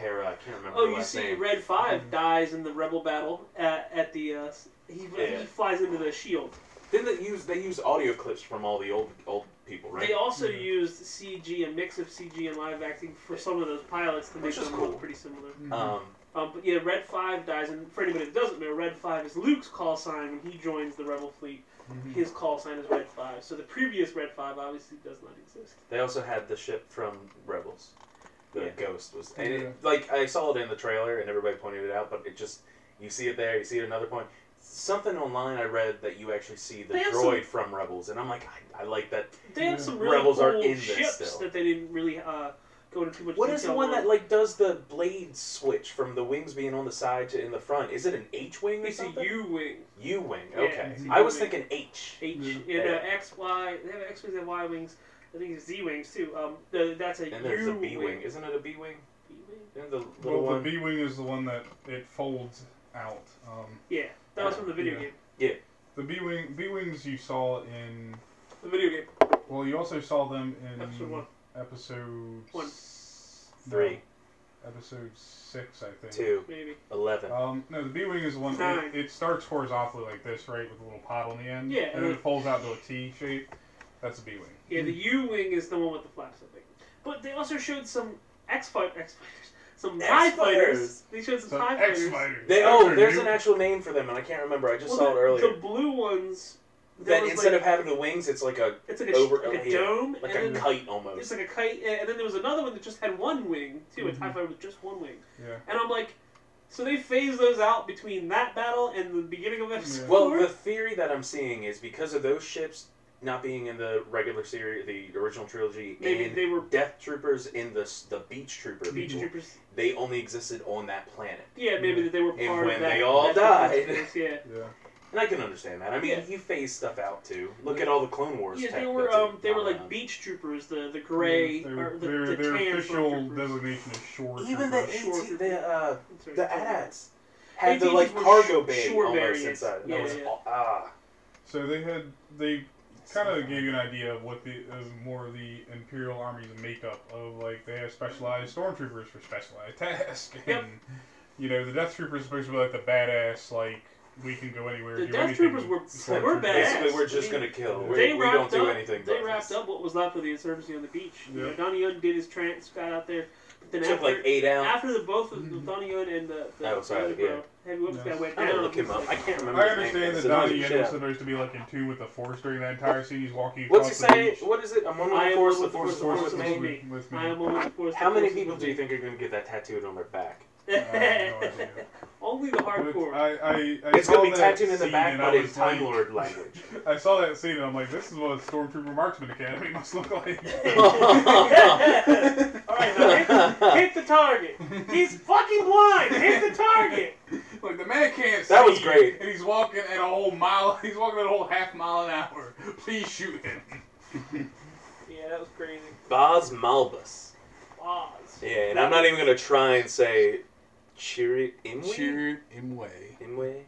Speaker 2: Hera, I can't remember.
Speaker 4: Oh,
Speaker 2: her
Speaker 4: you
Speaker 2: last
Speaker 4: see,
Speaker 2: name. Mm-hmm.
Speaker 4: Red 5
Speaker 3: Mhm.
Speaker 4: dies in the Rebel battle at, at the. Uh, s- he,
Speaker 2: Yeah.
Speaker 4: he flies into the shield.
Speaker 2: Then they use they use audio clips from all the old old people, Oh, right? Mm-hmm.
Speaker 4: They also
Speaker 3: Yeah.
Speaker 4: used CG, a mix of CG and live acting for some of those pilots to make
Speaker 2: Which is
Speaker 4: them
Speaker 2: cool.
Speaker 4: look pretty similar.
Speaker 2: Um,
Speaker 4: Um, but yeah, Red Five dies, and for anybody that doesn't know, Red Five is Luke's call sign when he joins the Rebel fleet.
Speaker 2: Hmm.
Speaker 4: His call sign is Red Five, so the previous Red Five obviously does not exist.
Speaker 2: they also had the ship from Rebels. The
Speaker 4: Yeah.
Speaker 2: ghost was, and
Speaker 3: Yeah.
Speaker 2: it, like I saw it in the trailer, and everybody pointed it out, but it just you see it there, you see it another point. Something online I read that you actually see the
Speaker 4: They have
Speaker 2: droid from Rebels, and I'm like, I, I like that.
Speaker 4: They have
Speaker 3: Yeah.
Speaker 4: some really
Speaker 2: Hmm. Rebels
Speaker 4: cool
Speaker 2: are in this
Speaker 4: ships
Speaker 2: still.
Speaker 4: that they didn't really uh, go into too much
Speaker 2: What
Speaker 4: detail
Speaker 2: is the one
Speaker 4: on.
Speaker 2: that like does the blade switch from the wings being on the side to in the front? Is it an H wing or
Speaker 4: It's a
Speaker 2: something?
Speaker 4: U wing,
Speaker 2: U wing.
Speaker 4: Yeah,
Speaker 2: Okay,
Speaker 3: it's a
Speaker 2: I was
Speaker 4: U-wing.
Speaker 2: thinking H.
Speaker 4: H,
Speaker 3: Yeah.
Speaker 4: and uh, X, Y. They have X wings and Y wings. I think it's Z wings too. Um, the, that's a
Speaker 2: And there's the
Speaker 4: U
Speaker 2: B wing.
Speaker 4: wing.
Speaker 2: Isn't it a B wing?
Speaker 4: B wing?
Speaker 2: And the little
Speaker 3: Well,
Speaker 2: one.
Speaker 3: the B wing is the one that it folds out. Um,
Speaker 4: Yeah, that was from the video
Speaker 3: Yeah.
Speaker 4: game.
Speaker 3: the B wing, B wings you saw in.
Speaker 4: The video game.
Speaker 3: Well, you also saw them in
Speaker 4: Episode one.
Speaker 3: episode
Speaker 4: One.
Speaker 3: s-
Speaker 2: Three,
Speaker 3: no, episode six, I think.
Speaker 2: two,
Speaker 4: Maybe.
Speaker 2: eleven.
Speaker 3: Um, no, the B wing is the one.
Speaker 4: Nine.
Speaker 3: It, it starts horizontally like this, right, with a little pot on the end.
Speaker 4: Yeah,
Speaker 3: and then it folds out to a T shape. That's the B wing.
Speaker 4: Yeah, the
Speaker 2: Mm.
Speaker 4: U wing is the one with the flaps, I think. But they also showed some X fight X fighters, some Tie fighters.
Speaker 2: X-Fighters.
Speaker 4: They showed some
Speaker 3: So
Speaker 4: Tie
Speaker 3: X
Speaker 4: fighters.
Speaker 3: fighters.
Speaker 2: They, oh, there's an
Speaker 3: X.
Speaker 2: actual name for them, and I can't remember. I just
Speaker 4: Well,
Speaker 2: saw
Speaker 4: the,
Speaker 2: it earlier.
Speaker 4: The blue ones. there
Speaker 2: That
Speaker 4: was
Speaker 2: instead
Speaker 4: like,
Speaker 2: of having the wings, it's like a
Speaker 4: it's like a,
Speaker 2: over-
Speaker 4: like a
Speaker 2: yeah,
Speaker 4: dome,
Speaker 2: like
Speaker 4: and
Speaker 2: a
Speaker 4: then
Speaker 2: kite
Speaker 4: it's
Speaker 2: almost.
Speaker 4: like a kite, and and then there was another one that just had one wing too, a Tie fighter with just one wing.
Speaker 3: Mm-hmm. Yeah.
Speaker 4: And I'm like, so they phased those out between that battle and the beginning of episode
Speaker 3: Yeah.
Speaker 2: Well,
Speaker 4: four?
Speaker 2: the theory that I'm seeing is because of those ships not being in the regular series, the original trilogy,
Speaker 4: Maybe
Speaker 2: and
Speaker 4: they were-
Speaker 2: Death Troopers in the s- the Beach Trooper
Speaker 4: Beach
Speaker 2: people,
Speaker 4: troopers.
Speaker 2: They only existed on that planet,
Speaker 4: Yeah, maybe that they were part
Speaker 2: And
Speaker 4: of
Speaker 2: when
Speaker 4: that.
Speaker 2: they all
Speaker 4: that
Speaker 2: died.
Speaker 4: conspiracy, Yeah.
Speaker 3: Yeah.
Speaker 2: and I can understand that. I mean,
Speaker 4: Yeah.
Speaker 2: you phase stuff out too. Look at all the Clone Wars.
Speaker 4: Yeah,
Speaker 2: tech
Speaker 4: they were
Speaker 2: that's
Speaker 4: um, they were
Speaker 2: around.
Speaker 4: like beach troopers, the the gray
Speaker 3: Their-
Speaker 4: or the,
Speaker 3: their,
Speaker 4: the
Speaker 3: their
Speaker 4: tan
Speaker 3: official
Speaker 4: troopers.
Speaker 3: designation is short.
Speaker 2: even the
Speaker 4: Shore
Speaker 2: AT,
Speaker 4: troopers.
Speaker 2: the uh,
Speaker 4: I'm sorry,
Speaker 2: the
Speaker 4: sorry.
Speaker 2: AT-ATs had the
Speaker 4: AT-ATs
Speaker 2: like
Speaker 4: were
Speaker 2: cargo
Speaker 4: sh-
Speaker 2: bay
Speaker 4: shore
Speaker 2: almost
Speaker 4: variants.
Speaker 2: inside. That
Speaker 4: Yeah,
Speaker 2: was
Speaker 4: yeah.
Speaker 2: aw- ah.
Speaker 3: So they had they kind of gave you an idea of what the of more of the Imperial Army's makeup of like they have specialized stormtroopers for specialized tasks, and
Speaker 4: Yep.
Speaker 3: you know the Death Troopers are supposed to be like the badass, like we can go anywhere.
Speaker 4: The
Speaker 3: do
Speaker 4: Death
Speaker 3: anything
Speaker 4: Troopers were-
Speaker 3: Stormtroopers.
Speaker 4: were badass.
Speaker 2: Basically, we're just
Speaker 4: I mean,
Speaker 2: gonna kill.
Speaker 3: they
Speaker 2: We, we don't
Speaker 4: wrapped
Speaker 2: do
Speaker 4: up-
Speaker 2: anything.
Speaker 4: They
Speaker 2: but-
Speaker 4: wrapped up what was left of the insurgency on the beach. You know,
Speaker 3: Yeah.
Speaker 4: Donnie Yun did his trance, got out there, but then
Speaker 2: It took
Speaker 4: after,
Speaker 2: like eight hours.
Speaker 4: after the both of
Speaker 3: Mm-hmm.
Speaker 4: the Donnie Yun and the, the
Speaker 2: Oh, sorry,
Speaker 4: the other
Speaker 2: yeah.
Speaker 4: bro, heavy weapons
Speaker 3: Yeah.
Speaker 4: guy went
Speaker 2: I'm
Speaker 4: down.
Speaker 2: gonna look him
Speaker 4: he's
Speaker 2: up. I
Speaker 4: like,
Speaker 2: can't
Speaker 3: I
Speaker 2: remember. his name,
Speaker 3: understand
Speaker 2: but
Speaker 3: that
Speaker 2: it's annoying
Speaker 3: Donnie
Speaker 2: as
Speaker 3: Yen
Speaker 2: shit.
Speaker 3: was supposed to be like in tune with the Force during that entire scene. He's walking across
Speaker 2: What's it
Speaker 3: the
Speaker 2: say?
Speaker 3: beach.
Speaker 2: What is it? I'm on
Speaker 4: I
Speaker 2: the
Speaker 4: am
Speaker 2: force.
Speaker 4: one
Speaker 2: The
Speaker 4: with
Speaker 2: force. The
Speaker 4: force,
Speaker 2: force
Speaker 4: the
Speaker 2: is
Speaker 4: force
Speaker 2: with
Speaker 4: with
Speaker 2: me.
Speaker 4: me.
Speaker 3: with me.
Speaker 4: I am always forced.
Speaker 2: How many people do you think are gonna get that tattooed on their back?
Speaker 3: I have no idea.
Speaker 4: Only the hardcore.
Speaker 3: I, I, I
Speaker 2: It's
Speaker 3: saw
Speaker 2: gonna be
Speaker 3: that
Speaker 2: tattooed in the
Speaker 3: scene
Speaker 2: back,
Speaker 3: and I
Speaker 2: but
Speaker 3: was
Speaker 2: in Time
Speaker 3: like-
Speaker 2: Lord language.
Speaker 3: I saw that scene and I'm like, this is what a Stormtrooper Marksman Academy must look like. uh,
Speaker 4: All right, now hit, hit the target. He's fucking blind. Hit the target.
Speaker 3: like the man can't see.
Speaker 2: That was great.
Speaker 3: And he's walking at a whole mile. He's walking at a whole half mile an hour. Please shoot him.
Speaker 4: Yeah, that was crazy.
Speaker 2: Baz Malbus.
Speaker 4: Oz.
Speaker 2: Yeah, and I'm not even gonna try and say Chiri Imwe.
Speaker 3: in way.
Speaker 2: Imwe.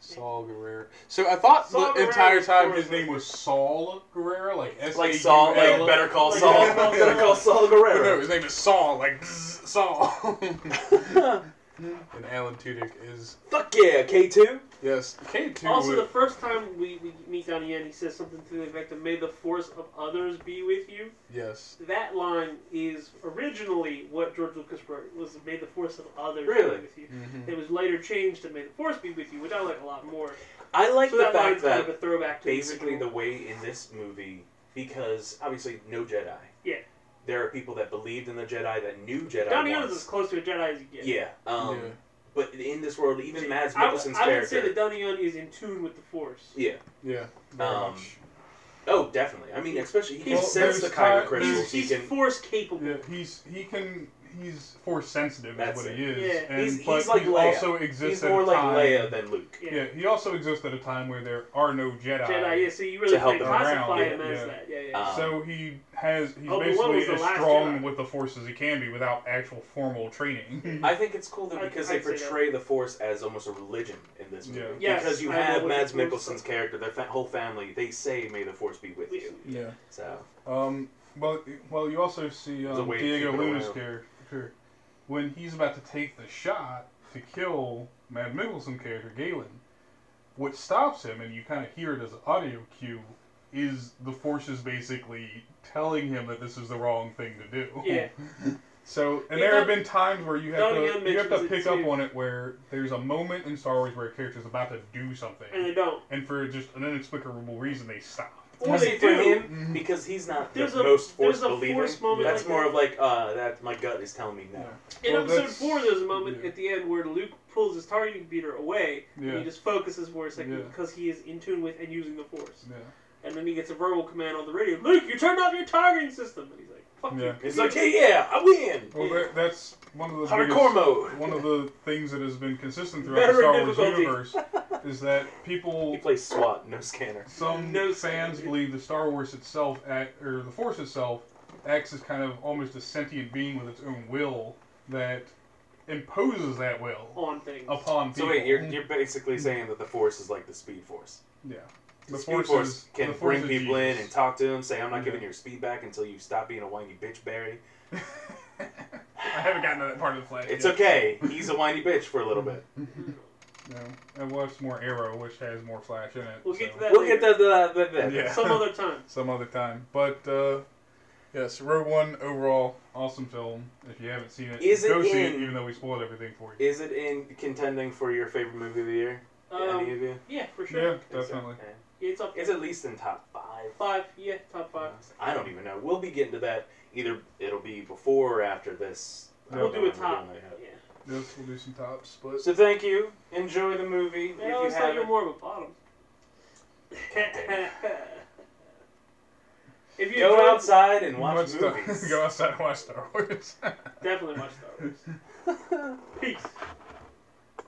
Speaker 3: Saul Guerrero. So I thought
Speaker 4: Saul
Speaker 3: the
Speaker 4: Guerrero
Speaker 3: entire
Speaker 4: was
Speaker 3: time
Speaker 4: forced
Speaker 3: his
Speaker 4: to-
Speaker 3: name was Saul Guerrero, like S
Speaker 2: Like Saul, like
Speaker 3: A U L.
Speaker 2: Better Call
Speaker 4: Like
Speaker 2: Saul,
Speaker 4: Better Call
Speaker 2: Better Call Saul
Speaker 3: No, no,
Speaker 2: Guerrero.
Speaker 3: his name is Saul, like bzz, Saul. and Alan Tudyk is
Speaker 2: Fuck yeah, K two.
Speaker 3: yes. K two.
Speaker 4: Also, the first time we, we meet Donnie Yen, he says something to the effect of, May the force of others be with you.
Speaker 3: yes.
Speaker 4: That line is originally what George Lucas wrote, was May the force of others
Speaker 2: Really?
Speaker 4: be with you. It was later changed to May the force be with you, which I like a lot more.
Speaker 2: I like
Speaker 4: so
Speaker 2: the
Speaker 4: that
Speaker 2: fact
Speaker 4: line's kind of a
Speaker 2: that
Speaker 4: throwback to
Speaker 2: basically the
Speaker 4: original.
Speaker 2: way in this movie, because obviously no Jedi.
Speaker 4: Yeah.
Speaker 2: There are people that believed in the Jedi that knew Jedi.
Speaker 4: Donnie Yen is
Speaker 2: once.
Speaker 4: as close to a Jedi as you get.
Speaker 2: Yeah. Um,
Speaker 3: Yeah.
Speaker 2: But in this world, even Mads
Speaker 4: I would,
Speaker 2: Mikkelsen's
Speaker 4: I would
Speaker 2: character.
Speaker 4: say that Donnie Yen is in tune with the force.
Speaker 2: yeah.
Speaker 3: Yeah. Very
Speaker 2: Um,
Speaker 3: much.
Speaker 2: Oh, definitely. I mean, especially he
Speaker 4: Well,
Speaker 2: sends the
Speaker 3: there's
Speaker 2: kind of
Speaker 3: ti-
Speaker 2: crystals.
Speaker 4: He's,
Speaker 2: He
Speaker 4: he's
Speaker 2: can.
Speaker 4: force capable.
Speaker 3: Yeah, he's he can he's force sensitive
Speaker 2: That's
Speaker 3: is what
Speaker 2: it.
Speaker 3: he is.
Speaker 4: Yeah,
Speaker 3: and,
Speaker 2: he's-
Speaker 3: but
Speaker 2: he's like
Speaker 3: he
Speaker 2: Leia.
Speaker 3: also exists
Speaker 2: He's
Speaker 3: at
Speaker 2: more
Speaker 3: a
Speaker 2: like
Speaker 3: time,
Speaker 2: Leia than Luke.
Speaker 4: Yeah.
Speaker 3: Yeah, he also exists at a time where there are no Jedi.
Speaker 4: Jedi, yeah, so you really
Speaker 2: To help
Speaker 4: can't
Speaker 2: him
Speaker 3: around,
Speaker 4: classify
Speaker 3: yeah,
Speaker 4: him as
Speaker 3: yeah.
Speaker 4: that. Yeah, yeah.
Speaker 2: Um,
Speaker 3: So he has he's
Speaker 4: Obi-Wan was the
Speaker 3: basically as
Speaker 4: last
Speaker 3: strong
Speaker 4: Jedi.
Speaker 3: with the force as he can be without actual formal training.
Speaker 2: I think it's cool though
Speaker 4: I'd-
Speaker 2: because
Speaker 4: I'd
Speaker 2: they
Speaker 4: say that.
Speaker 2: portray the Force as almost a religion in this movie.
Speaker 3: Yeah.
Speaker 4: Yes,
Speaker 2: because you
Speaker 4: I
Speaker 2: have
Speaker 4: love
Speaker 2: Mads
Speaker 4: the Force.
Speaker 2: Mikkelsen's character, their fa- whole family, they say, "May the Force be with you."
Speaker 3: yeah.
Speaker 2: So
Speaker 3: Um. Well, well, you also see
Speaker 2: There's a
Speaker 3: um,
Speaker 2: way to
Speaker 3: Diego
Speaker 2: keep it
Speaker 3: Luna's
Speaker 2: around.
Speaker 3: character when he's about to take the shot to kill Mad Mickelson character Galen. What stops him, and you kind of hear it as an audio cue, is the forces basically telling him that this is the wrong thing to do.
Speaker 4: Yeah.
Speaker 3: So, and
Speaker 4: Yeah,
Speaker 3: there have
Speaker 4: that-
Speaker 3: been times where you have
Speaker 4: Donnie Yen
Speaker 3: to you have to
Speaker 4: mentions it
Speaker 3: pick up
Speaker 4: too.
Speaker 3: on it where there's a moment in Star Wars where a character's about to do something,
Speaker 4: and they don't.
Speaker 3: and for just an inexplicable reason they stop.
Speaker 4: Or
Speaker 2: Honestly,
Speaker 4: they
Speaker 2: for
Speaker 4: do.
Speaker 3: Mm-hmm.
Speaker 4: Mm-hmm.
Speaker 2: him, because he's not
Speaker 4: There's
Speaker 2: the
Speaker 4: a-
Speaker 2: most Force
Speaker 4: there's a
Speaker 2: believing.
Speaker 4: Force moment
Speaker 2: that's
Speaker 4: like
Speaker 2: more
Speaker 4: that.
Speaker 2: of like, uh, that my gut is telling me no.
Speaker 4: In
Speaker 3: Well,
Speaker 4: episode
Speaker 3: Oh, that's-
Speaker 4: four, there's a moment
Speaker 3: yeah.
Speaker 4: at the end where Luke pulls his target computer away, and
Speaker 3: Yeah.
Speaker 4: he just focuses for a second
Speaker 3: Yeah.
Speaker 4: because he is in tune with and using the Force.
Speaker 3: Yeah.
Speaker 4: And then he gets a verbal command on the radio: "Luke, you turned off your targeting system." And he's like, "Fuck
Speaker 3: Yeah.
Speaker 4: you."
Speaker 2: It's like, hey, yeah, I win.
Speaker 3: Well, that, that's one of the
Speaker 2: Hardcore
Speaker 3: biggest,
Speaker 2: mode.
Speaker 3: one of the things that has been consistent throughout the
Speaker 4: Veteran
Speaker 3: Star Wars
Speaker 4: difficulty.
Speaker 3: universe is that
Speaker 2: He
Speaker 3: people,
Speaker 2: plays SWAT, no scanner.
Speaker 3: some
Speaker 4: No
Speaker 3: fans
Speaker 4: sense.
Speaker 3: believe the Star Wars itself act, or the Force itself acts as kind of almost a sentient being with its own will that imposes that will
Speaker 4: on things.
Speaker 3: upon people.
Speaker 2: So wait, you're, you're basically
Speaker 3: Mm-hmm.
Speaker 2: saying that the Force is like the Speed Force.
Speaker 3: yeah.
Speaker 2: The Speed Force can bring people in and talk to them, say, I'm not
Speaker 3: Yeah.
Speaker 2: giving your speed back until you stop being a whiny bitch, Barry.
Speaker 3: I haven't gotten to that part of the flag.
Speaker 2: It's
Speaker 3: yet.
Speaker 2: okay. He's a whiny bitch for a little bit.
Speaker 3: No, I watched more Arrow, which has more Flash in it.
Speaker 4: We'll get
Speaker 3: so.
Speaker 4: to that.
Speaker 2: We'll get that, that, that, that.
Speaker 3: Yeah.
Speaker 4: some other time.
Speaker 3: some other time. But uh, yes, Rogue One overall awesome film. If you haven't seen it,
Speaker 2: Is it
Speaker 3: go see it.
Speaker 2: in-
Speaker 3: Even though we spoiled everything for you.
Speaker 2: Is it in contending for your favorite movie of the year? Any
Speaker 4: Um,
Speaker 2: of you?
Speaker 4: yeah, for
Speaker 3: yeah,
Speaker 4: sure.
Speaker 3: definitely.
Speaker 2: Okay.
Speaker 4: It's up
Speaker 2: It's
Speaker 4: there.
Speaker 2: at least in top five.
Speaker 4: five. Yeah, top five.
Speaker 2: I don't even know. We'll be getting to that. Either it'll be before or after this. I
Speaker 3: We'll
Speaker 2: don't
Speaker 4: do
Speaker 2: know
Speaker 4: a
Speaker 2: when we're
Speaker 4: top.
Speaker 2: doing that yet.
Speaker 4: Yeah.
Speaker 3: Yes, we'll do some tops, but
Speaker 2: So thank you. Enjoy the movie.
Speaker 4: Man, I
Speaker 2: if
Speaker 4: always
Speaker 2: you
Speaker 4: thought you were
Speaker 2: haven't.
Speaker 4: more of a bottom. if you
Speaker 2: Go
Speaker 4: enjoyed-
Speaker 2: outside and watch
Speaker 3: Watch Star-
Speaker 2: movies.
Speaker 3: go outside and watch Star Wars.
Speaker 4: definitely watch Star Wars. Peace.